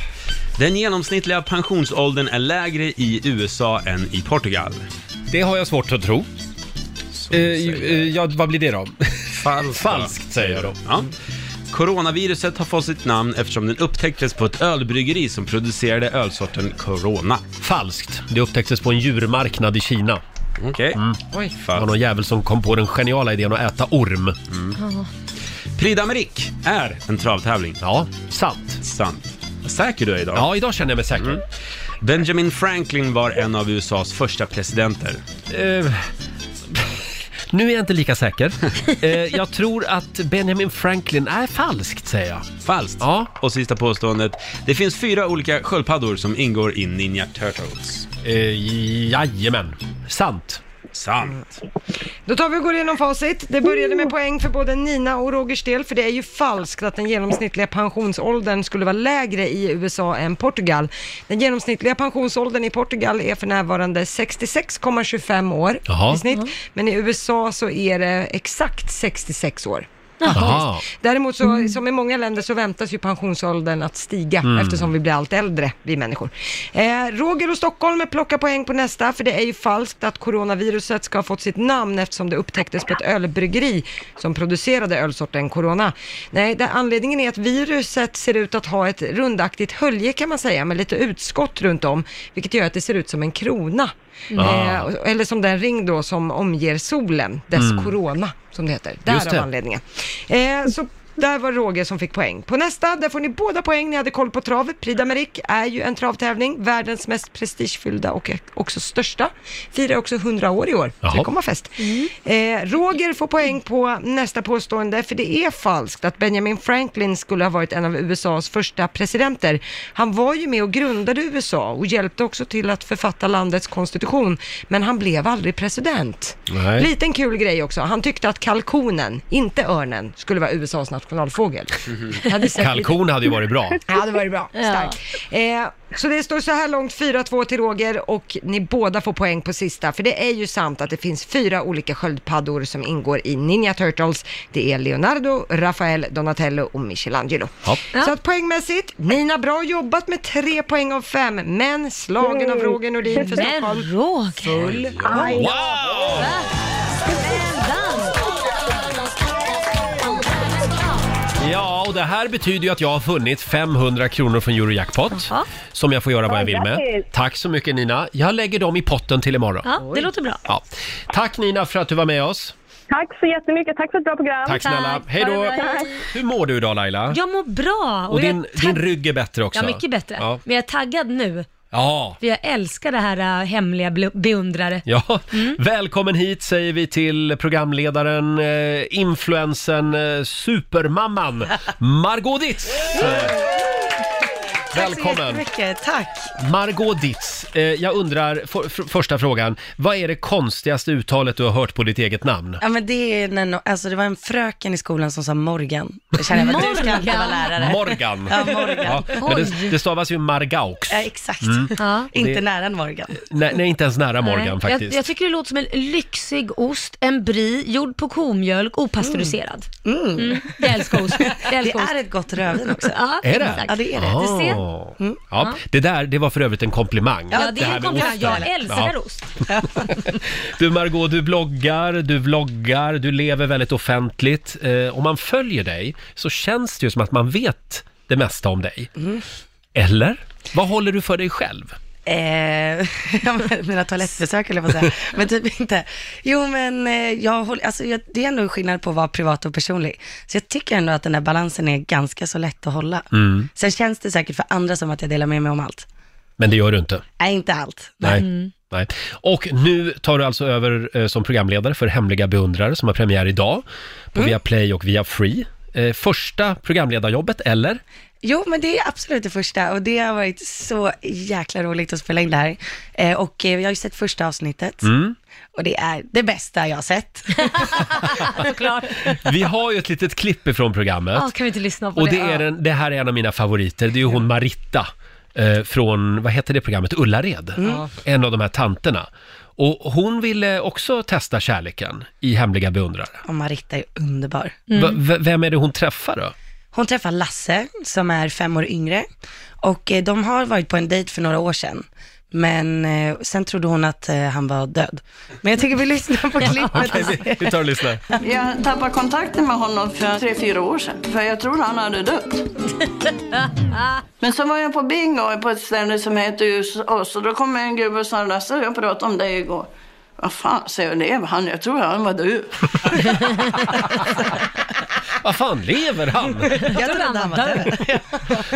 Den genomsnittliga pensionsåldern är lägre i USA än i Portugal. Det har jag svårt att tro. Eh, eh, ja, vad blir det då? Falskt. Falskt säger jag då. Ja. Coronaviruset har fått sitt namn eftersom den upptäcktes på ett ölbryggeri som producerade ölsorten Corona. Falskt. Det upptäcktes på en djurmarknad i Kina. Okej. Oj. Det var någon jävel som kom på den geniala idén att äta orm. Prix d'Amérique Mm. är en travtävling. Ja, sant. Sant. Vad Säker du är idag? Mm. Ja, idag känner jag mig säker. Benjamin Franklin var en av USAs första presidenter. (laughs) Eh, nu är jag inte lika säker. Eh, jag tror att Benjamin Franklin är falskt, säger jag. Falskt. Ja. Och sista påståendet. Det finns fyra olika sköldpaddor som ingår i Ninja Turtles. Eh, jajamän. Sant. Sant. Då tar vi och går igenom facit. Det började med poäng för både Nina och Rogers del, för det är ju falskt att den genomsnittliga pensionsåldern skulle vara lägre i USA än Portugal. Den genomsnittliga pensionsåldern i Portugal är för närvarande 66,25 år Jaha. i snitt, men i USA så är det exakt 66 år. Jaha. Däremot så, som i många länder, så väntas ju pensionsåldern att stiga Mm. eftersom vi blir allt äldre, vi människor. Eh, Roger och Stockholm plockar poäng på nästa, för det är ju falskt att coronaviruset ska ha fått sitt namn eftersom det upptäcktes på ett ölbryggeri som producerade ölsorten Corona. Nej, det, anledningen är att viruset ser ut att ha ett rundaktigt hölje kan man säga, med lite utskott runt om, vilket gör att det ser ut som en krona. Mm. Eh, Ah. eller som den ring då som omger solen, dess Mm. corona, som det heter. Därav Just det. anledningen. Eh, så där var Roger som fick poäng. På nästa, där får ni båda poäng. Ni hade koll på trav. Prix d'Amérique är ju en travtävling, världens mest prestigefyllda och också största. Firar också 100 år i år. Så det Jaha. kommer vara fest. Eh, Roger får poäng på nästa påstående, för det är falskt att Benjamin Franklin skulle ha varit en av USAs första presidenter. Han var ju med och grundade USA och hjälpte också till att författa landets konstitution, men han blev aldrig president. Nej. Liten kul grej också. Han tyckte att kalkonen, inte örnen, skulle vara USAs nationalfågel. Jag Mm-hmm. hade sett lite- Kalkon hade ju varit bra. Ja, det hade varit bra. Starkt. Eh, så det står så här långt 4-2 till Roger och ni båda får poäng på sista. För det är ju sant att det finns fyra olika sköldpaddor som ingår i Ninja Turtles. Det är Leonardo, Rafael, Donatello och Michelangelo. Ja. Så att poängmässigt, Nina bra jobbat med tre poäng av fem, men slagen av Roger Nordin för Men Stockholm. Roger! Full Aj då. Ja, och det här betyder ju att jag har vunnit 500 kronor från Eurojackpot. Som jag får göra vad jag vill med. grattis. Tack så mycket Nina. Jag lägger dem i potten till imorgon. Ja, det Oj. låter bra. Ja. Tack Nina för att du var med oss. Tack så jättemycket, tack för ett bra program. Tack snälla. Hej då. Hur mår du idag Laila? Jag mår bra. Och jag din, är tagg- din rygg är bättre också? Ja, mycket bättre. Ja. Men jag är taggad nu. Ja, För jag älskar det här äh, hemliga bl- beundrare. ja. Välkommen hit säger vi till programledaren, eh, influensen, eh, supermamman Margot Ditz. Tack så Välkommen! jättemycket, tack. Margot Ditz, eh, jag undrar, för, för, första frågan, vad är det konstigaste uttalet du har hört på ditt eget namn? Ja, men det, är när, alltså, det var en fröken i skolan som sa Morgan. Det känner jag, bara, du ska inte vara lärare. Morgan. Ja, Morgan. men det, det stavas ju Margaux. Ja, exakt. Mm. Inte Det- nära en Morgan. Nej, nej, inte ens nära Morgan Nej. faktiskt. Jag, jag tycker det låter som en lyxig ost, en brie, gjord på komjölk, opastöriserad. Mm. Jag älskar ost. Jag älskar Det är ett gott rödvin också. Ja, Är det? exakt. Ja, det är det. Du ser. Ah. Mm. Ja, det där, det var för övrigt en komplimang. Ja, det är här en med komplimang. osten. Jag älskar ost. Du Margot, du bloggar, du vloggar, du lever väldigt offentligt. Eh, om man följer dig så känns det ju som att man vet det mesta om dig. Mm. Eller? Vad håller du för dig själv? Eh, (laughs) ja, men mina toalettbesök eller vad säga. Men typ inte. Jo, men eh, jag håller, alltså, jag, det är ändå en skillnad på att vara privat och personlig. Så jag tycker ändå att den här balansen är ganska så lätt att hålla. Mm. Sen känns det säkert för andra som att jag delar med mig om allt. Men det gör du inte. Nej, inte allt. Nej. Mm. Nej. Och nu tar du alltså över eh, som programledare för Hemliga beundrare som har premiär idag på Mm. Viaplay och via Free. Eh, första programledarjobbet, eller? Jo, men det är absolut det första och det har varit så jäkla roligt att spela in det här. Eh, och eh, jag har ju sett första avsnittet Mm. och det är det bästa jag har sett. (laughs) Såklart. Vi har ju ett litet klipp ifrån programmet. Ja, kan vi inte lyssna på Och det? det, är Ja. en, det här är en av mina favoriter. Det är ju hon Maritta eh, från, vad heter det programmet, Ullared. Mm. En av de här tanterna. Och hon ville också testa kärleken i Hemliga beundrare. Och Marita är underbar. Mm. Va- v- vem är det hon träffar då? Hon träffar Lasse som är fem år yngre och eh, de har varit på en dejt för några år sedan. Men eh, sen trodde hon att eh, han var död. Men jag tycker vi lyssnar (laughs) på klippet. Okej, vi, vi tar (laughs) och lyssnar. (laughs) Jag tappade kontakten med honom för tre fyra år sedan, för jag trodde han hade (laughs) dött. Men så var jag på bingo på ett ställe som heter Hus oss och då kom en gubbe och sa Lasse, jag pratade om dig igår. Vad fan, säger jag, lever han? Jag tror han var död. Vad fan, lever han? Jag trodde han var död.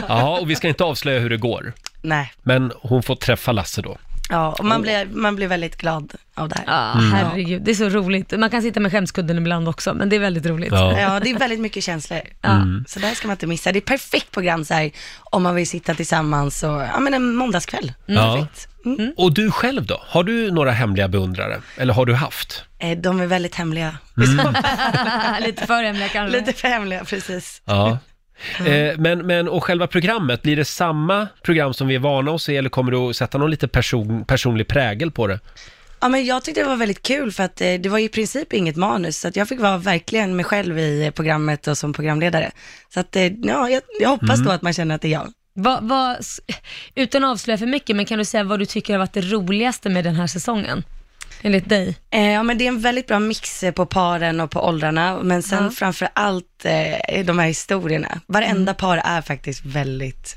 Ja, och vi ska inte avslöja hur det går. Nej. Men hon får träffa Lasse då. Ja, och Oh. man blir, man blir väldigt glad av det här. Ja, Mm. herregud. Det är så roligt. Man kan sitta med skämskudden ibland också, men det är väldigt roligt. Ja. det är väldigt mycket känslor. Mm. Så det här ska man inte missa. Det är ett perfekt program så här, om man vill sitta tillsammans och, ja men en måndagskväll. Mm. Mm. Ja. Och du själv då? Har du några hemliga beundrare? Eller har du haft? Eh, De är väldigt hemliga. (laughs) Mm. Lite för hemliga kanske. Lite för hemliga, precis. Ja. Eh, men, men, och själva programmet, blir det samma program som vi är vana att se eller kommer du att sätta någon lite person, personlig prägel på det? Ja, men jag tyckte det var väldigt kul för att eh, det var i princip inget manus, så att jag fick vara verkligen mig själv i eh, programmet och som programledare. Så att, eh, ja, jag, jag hoppas Mm. då att man känner att det är jag. Vad- vad- s- utan att avslöja för mycket, men kan du säga vad du tycker har varit det roligaste med den här säsongen? Enligt dig? Eh, ja, men det är en väldigt bra mix eh, på paren och på åldrarna, men sen Ja. framför allt eh, de här historierna. Mm. Varenda par är faktiskt väldigt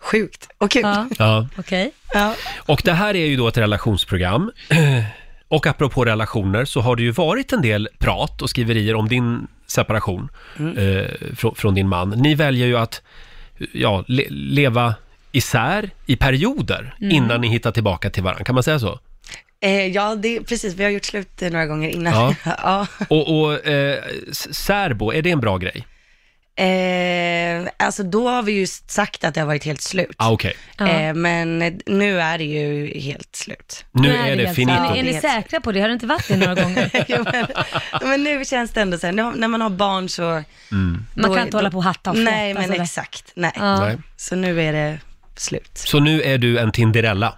sjukt och kul. Ja. Okej. Ja. Och det här är ju då ett relationsprogram. (clears throat) Och apropå relationer så har det ju varit en del prat och skriverier om din separation Mm. eh, från, från din man. Ni väljer ju att ja, le, leva isär i perioder Mm. innan ni hittar tillbaka till varandra. Kan man (laughs) säga så? Eh, ja, det, precis. Vi har gjort slut eh, några gånger innan. Ja. (laughs) ja. Och, och eh, s- särbo, är det en bra grej? Eh, alltså då har vi ju sagt att det har varit helt slut. Ah, okej. Eh, men nu är det ju helt slut. Nu Nu är är det det helt finito. slut. Är ni säkra på det? Har det inte varit det några gånger? (laughs) Jo, men, men nu känns det ändå så här, nu- när man har barn så... Man kan inte hålla på och hatta och Nej, fläta men sådär. exakt. Nej. Ja. Mm. Nej. Så nu är det slut. Så nu är du en Tinderella?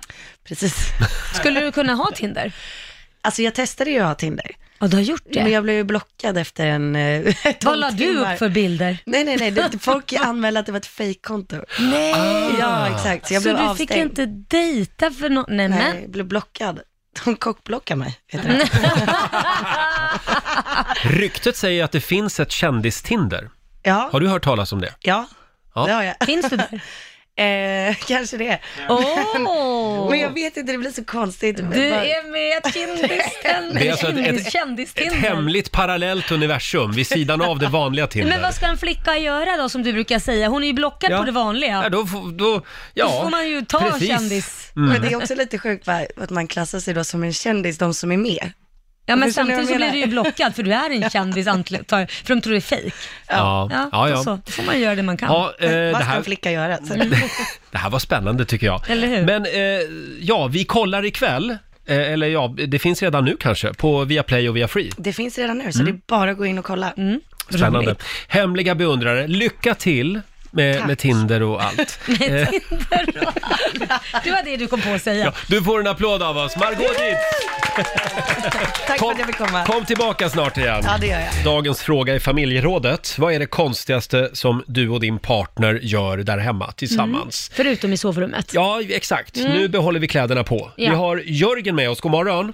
Precis. (laughs) Skulle du kunna ha Tinder? Alltså jag testade ju att ha Tinder. Ja, du har gjort det? Men jag blev ju blockad efter en... eh, (laughs) Vad tolv la du timmar. upp för bilder? Nej, nej, nej. Det, folk anmälde att det var ett fejkkonto. Ah. Nej! Ja, exakt. Så jag blev du avstängd. fick inte dejta för någon? Nej, Nej, men. jag blev blockad. De kockblockade mig. Vet du. Ryktet säger att det finns ett kändis-Tinder. Ja, Har du hört talas om det? ja, Ja. det har jag. Finns du där? (laughs) Eh, kanske det. Åh! Men jag vet inte, det blir så konstigt. Du är med kändis- Det är alltså ett- ett- Ett kändistinder. hemligt parallellt universum vid sidan av det vanliga Tinder. (laughs) Men vad ska en flicka göra då som du brukar säga? Hon är ju blockad Ja. på det vanliga. Ja, då, får- då, ja, Då får man ju ta en Precis. kändis. Mm. Men det är också lite sjukt va, att man klassar sig då som en kändis, de som är med. Ja men Förstår ni vad samtidigt så jag blir menar? du ju blockad för (laughs) du är en kändis antar jag, för de tror det är fejk. Ja. ja, Ja, ja. då Så, då får man göra det man kan. Mm. Ja, eh, Men vad det ska här- en flicka göra? Det här var spännande tycker jag. Eller hur? Men eh, ja, vi kollar ikväll. Eh, eller ja, det finns redan nu kanske, på Viaplay och Viafree. Det finns redan nu, så Mm. det är bara att gå in och kolla. Mm. (laughs) Spännande. Roligt. Hemliga beundrare, lycka till med, Tack. med Tinder och (laughs) allt. Eh, (laughs) Det var det du kom på att säga. ja, du får en applåd av oss, Margot Dietz! Tack för att jag fick komma. Kom tillbaka snart igen. Ja, det gör jag. Dagens fråga i familjerådet. Vad är det konstigaste som du och din partner gör där hemma tillsammans? Mm. Förutom i sovrummet. Ja, exakt. Mm. Nu behåller vi kläderna på. Ja. Vi har Jörgen med oss. God morgon.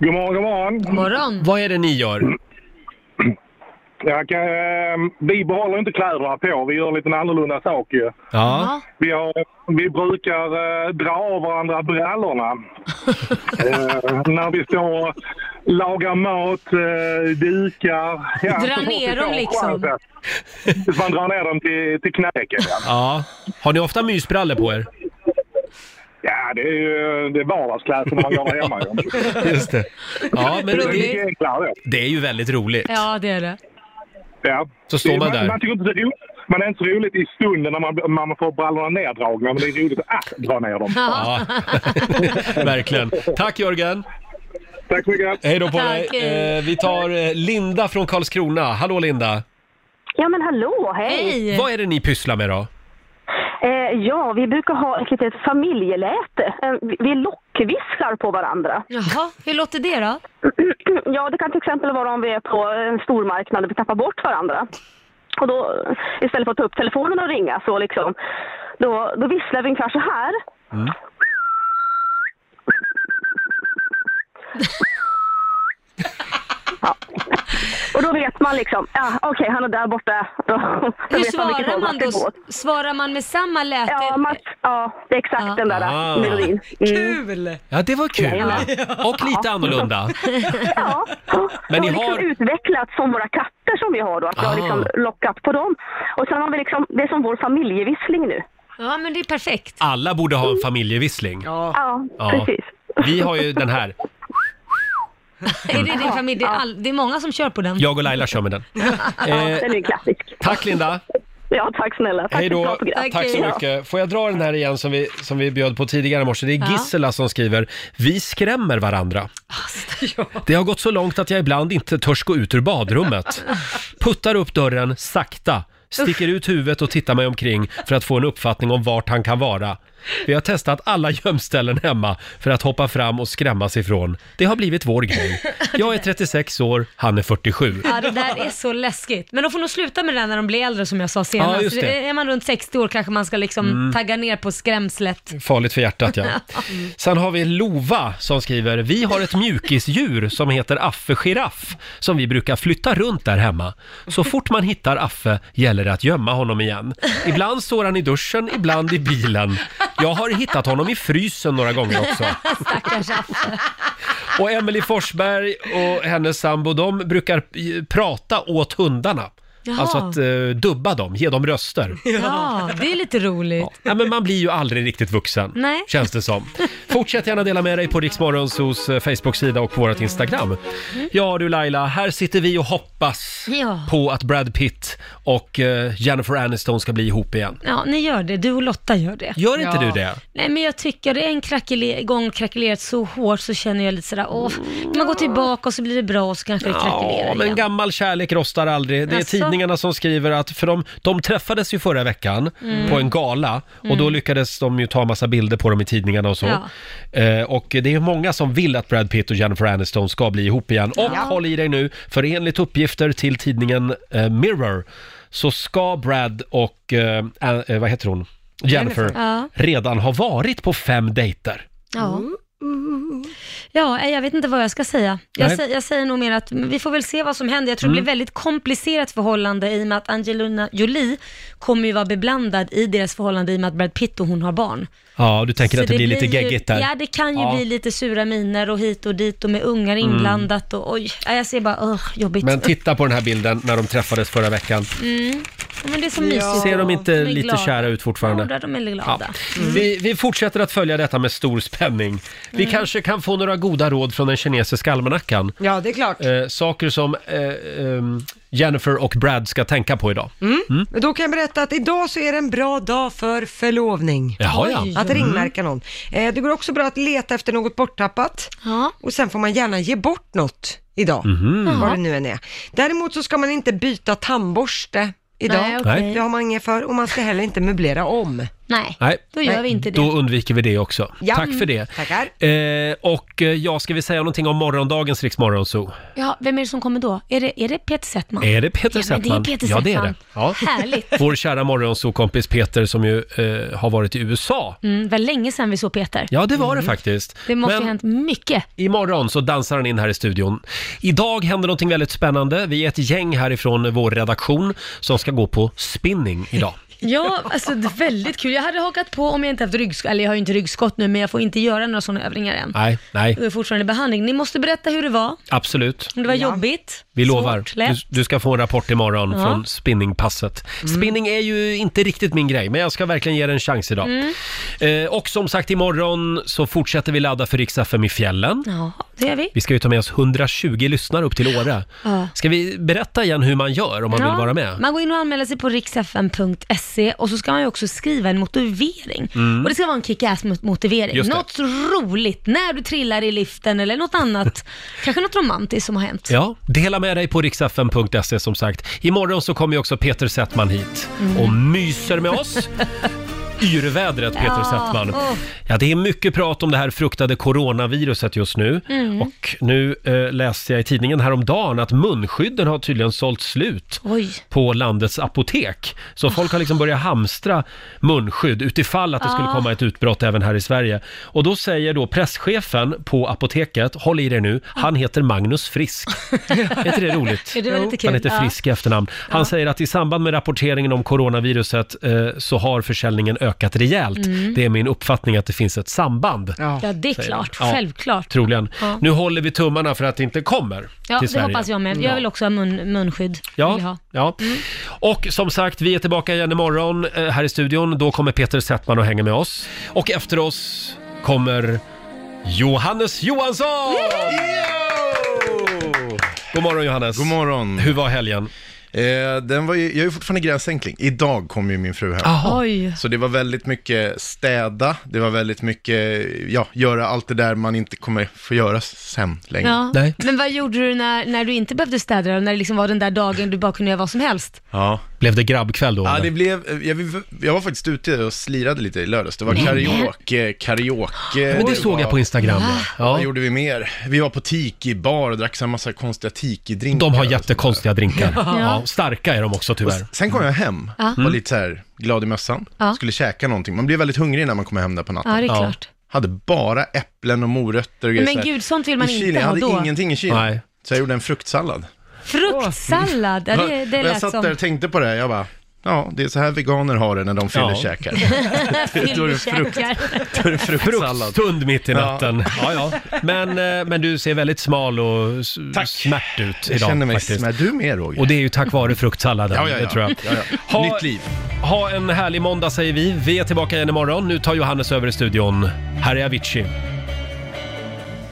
God morgon, god morgon. God morgon. Vad är det ni gör? Jag kan, eh, vi behåller inte kläderna på, vi gör lite en annorlunda sak ju. Ja. Vi, har, vi brukar eh, dra av (laughs) varandra brallorna. eh, när vi står och lagar mat, eh, dukar. Dra så fort ner vi dem får liksom. chansen. Man drar ner dem till, till knäcken. Ja. Ja. Har ni ofta mysbrallor på er? ja, det är ju det är vardagskläder man går där hemma ju. Just det. Ja, men det är mycket det, enklare. det är ju väldigt roligt. Ja, det är det. Ja. Så står Det- man där. Man, tycker inte det är roligt. Man är inte så roligt i stunden när man, när man får brallorna neddragna, men det är roligt att ah, dra ner dem. Ja. Verkligen. Tack Jörgen. Tack så mycket. Hej då på Tack, dig. hej. Eh, vi tar eh, Linda från Karlskrona. Hallå Linda. Ja men hallå, hej! Vad är det ni pysslar med då? Eh, ja, vi brukar ha ett litet familjeläte. Eh, vi- Vi lockvisslar på varandra. Jaha, hur låter det då? (clears throat) ja, det kan till exempel vara om vi är på en stormarknad och vi tappar bort varandra. Och då, eh, istället för att ta upp telefonen och ringa så liksom, då, då visslar vi ungefär så här. Ja. Och då vet man liksom, ja okej han är där borta. Då, då Hur vet man vilket svarar håll man ska gå då? åt. Svarar man med samma läte? Ja, det är exakt den där Ah. melodin. Kul! Ja, det var kul. Jajamän. Och lite annorlunda. Ja. Men ni de har har... liksom utvecklat som våra katter som vi har då, att vi Ah. har liksom lockat på dem. Och sen har vi liksom, det är som vår familjevissling nu. Ja, men det är perfekt. Alla borde ha en familjevissling. Ja, Ja. precis. Vi har ju den här. Är det din familj? Det är, all... det är många som kör på den. (laughs) Jag och Laila kör med den. Eh, Den är ju klassisk. tack Linda. Ja, tack snälla. Tack Hej för ett då. bra program. Tack så mycket. Får jag dra den här igen som vi, som vi bjöd på tidigare i morse? Det Ja. är Gisela som skriver. Vi skrämmer (laughs) varandra. Det har gått så långt att jag ibland inte törs gå ut ur badrummet. Puttar upp dörren sakta. Sticker ut huvudet och tittar mig omkring för att få en uppfattning om vart han kan vara. Vi har testat alla gömställen hemma för att hoppa fram och skrämmas ifrån. Det har blivit vår grej. Jag är 36 år, han är 47. Ja, det där är så läskigt. Men de får nog sluta med det där när de blir äldre som jag sa senast. Ja, just det. Är man runt 60 år kanske man ska liksom Mm. tagga ner på skrämslet. Farligt för (laughs) hjärtat, ja. Mm. Sen har vi Lova som skriver, vi har ett mjukisdjur som heter Affe Giraff som vi brukar flytta runt där hemma. Så fort man hittar Affe gäller det att gömma honom igen. Ibland står han i duschen, ibland i bilen. Jag har hittat honom i frysen några gånger också. Stackars Affe. Och Emily Forsberg och hennes sambo, de brukar eh, prata åt hundarna. Jaha. Alltså att eh, dubba dem, ge dem röster. Ja, det är lite roligt. Ja, men man blir ju aldrig riktigt vuxen, Nej. känns det som. Fortsätt gärna dela med dig på Riksmorgonsos eh, Facebook-sida och på vårt Instagram. Ja du Laila, här sitter vi och hoppas Mm. Ja. på att Brad Pitt och eh, Jennifer Aniston ska bli ihop igen. Ja, ni gör det. Du och Lotta gör det. Gör inte du det? Nej, men jag tycker det är en krackele- gång krackelerat så hårt så känner jag lite sådär, åh, man går tillbaka och så blir det bra och så kanske det krackelerar Ja, men igen. Alltså- gammal kärlek rostar aldrig. Det är Jaså? tidningarna som skriver att, för de, de träffades ju förra veckan Mm. på en gala och då Mm. lyckades de ju ta massa bilder på dem i tidningarna och så. Eh, och det är många som vill att Brad Pitt och Jennifer Aniston ska bli ihop igen. Och Ja. håll i dig nu, för enligt uppgifter till tidningen eh, Mirror så ska Brad och, eh, An- eh, vad heter hon, Jennifer, Jennifer. Ja. redan ha varit på fem dejter. Ja. Ja, nej, jag vet inte vad jag ska säga. Jag, Nej. sä, jag säger nog mer att mm, vi får väl se vad som händer. Jag tror det Mm. blir väldigt komplicerat förhållande i och med att Angelina Jolie kommer ju vara beblandad i deras förhållande i och med att Brad Pitt och hon har barn. Ja, du tänker Så att det, blir lite ju- geggigt där? Ja, det kan ju Ja. Mm. bli lite sura miner och hit och dit och med ungar inblandat och oj, nej, jag ser bara, oh, jobbigt. Men titta på den här bilden när de träffades förra veckan. Mm. Ja, Men det är så mysigt. Ser de inte är lite glada. kära ut fortfarande? Ja, de är glada. Vi, vi fortsätter att följa detta med stor spänning. Vi Mm. kanske kan få några goda råd från den kinesiska almanackan. Ja, det är klart. Eh, saker som eh, ehm, Jennifer och Brad ska tänka på idag. Mm. Mm. Men Då kan jag berätta att idag så är det en bra dag för förlovning. Jaha, ja. Mm. Att ringmärka någon. Eh, Det går också bra att leta efter något borttappat. Och sen får man gärna ge bort något idag, Mhm. vad Ja. det nu än är. Däremot så ska man inte byta tandborste idag. Nej, okej. Nej. Det har man inget för. Och man ska heller inte möblera om. Nej, Nej, Då Då... undviker vi det också. Ja. Tack för Mm. det. Tackar. Eh, och eh, ja, ska vi säga någonting om morgondagens Riksmorgon så? Ja, vem är det som kommer då? Är det, är det Peter Settman? Är det Peter ja, men Settman? Det är Peter ja, det är det. Settman. Ja. Härligt. (laughs) Vår kära morgonsokompis Peter som ju eh, har varit i USA. Mm, var länge sedan vi såg Peter. Ja, det var det faktiskt. Mm. Det måste ha Men- hänt mycket. Imorgon så dansar han in här i studion. Idag händer någonting väldigt spännande. Vi är ett gäng härifrån vår redaktion som ska gå på spinning (laughs) idag. Ja, alltså det är väldigt kul. Jag hade hakat på om jag inte haft ryggskott, eller jag har ju inte ryggskott nu, men jag får inte göra några sådana övningar än. Nej, nej, Jag är fortfarande i behandling. Ni måste berätta hur det var, absolut. om det var jobbigt. Vi lovar. Svårt, Du, lätt. du ska få en rapport imorgon Ja. Mm. från spinningpasset. Spinning är ju inte riktigt min grej, men jag ska verkligen ge det en chans idag. Mm. Eh, och som sagt, imorgon så fortsätter vi ladda för Rix FM i fjällen. Ja, det gör vi. Vi ska ju ta med oss 120 lyssnare upp till Åre. Ja. Ska vi berätta igen hur man gör om man Ja, vill vara med? Man går in och anmäler sig på riksfn.se och så ska man ju också skriva en motivering. Mm. Och det ska vara en kick-ass mot- motivering. Just det. Något roligt, när du trillar i liften eller något (laughs) annat. Kanske något romantiskt som har hänt. Ja, dela med dig på riksfn.se E, som sagt. Imorgon så kommer ju också Peter Settman hit Mm. och myser med oss. Yrvädret Peter Ja, oh. Settman. åh. Ja, det är mycket prat om det här fruktade coronaviruset just nu. Mm. Och nu eh, läste jag i tidningen häromdagen att munskydden har tydligen sålt slut (laughs) Oj. på landets apotek. Så folk har liksom börjat hamstra munskydd utifall att det skulle Ah. komma ett utbrott även här i Sverige. Och då säger då presschefen på apoteket, håll i dig nu, han heter (laughs) Magnus Frisk. är inte det roligt? Ja, det var lite kul. Han heter Ja. Frisk i efternamn. Han säger att i samband med rapporteringen om coronaviruset eh, så har försäljningen ökat rejält. Mm. Det är min uppfattning att det finns ett samband. Ja, det är säger klart. han. Ja, Självklart. Troligen. Ja. Nu håller vi tummarna för att det inte kommer Ja, till det Sverige. hoppas jag med. Jag vill också ha mun, munskydd. Vill jag Ja, ha. Mm. ja. Och som sagt, vi är tillbaka igen imorgon eh, här i studion. Då kommer Peter Settman och hänger med oss. Och efter oss kommer Johannes Johansson! God morgon Johannes. God morgon. Hur var helgen? Eh, den var ju, jag är ju fortfarande gräsänkling. Idag kom ju min fru hem. Aha. Oj. Så det var väldigt mycket städa, det var väldigt mycket, ja, göra allt det där man inte kommer få göra sen längre. Ja. Men vad gjorde du när, när du inte behövde städa då? När det liksom var den där dagen du bara kunde göra vad som helst? Ja. Blev det grabbkväll då? Ja, eller? det blev, eh, jag, jag var faktiskt ute och slirade lite i lördags. Det var Nej. karaoke, karaoke. Mm. Men det såg jag på Instagram, ja. Ja. Vad gjorde vi mer? Vi var på tiki-bar och drack så här massa konstiga tiki-drinkar. De har jättekonstiga drinkar. Ja. Ja. starka är de också Och tyvärr. s- Sen kom jag hem, Ja. Mm. var lite så här glad i mössan, Ja. skulle käka någonting. Man blir väldigt hungrig när man kommer hem där på natten. Ja, det är klart. Hade bara äpplen och morötter och Men grejer så här. gud, sånt vill man I kylen. inte Jag ha hade då. ingenting i kylen. Så jag gjorde en fruktsallad. Fruktsallad, ja, det, det och jag lät satt som... där och tänkte på det, här. jag bara, ja, det är så här veganer har det när (laughs) de fyllekäkar. Då är det frukt. Då är det fruktsallad. Fruktstund mitt i Ja. natten. Ja. Ja, Men, eh, men du ser väldigt smal och s- smärt ut idag. Jag känner mig faktiskt. smärt. Du med Roger? Och det är ju tack vare fruktsalladen. Ja, ja, ja. Det tror jag. Ja, ja. Nytt liv. Ha en härlig måndag säger vi. Vi är tillbaka igen imorgon. Nu tar Johannes över i studion. Här är Avicii.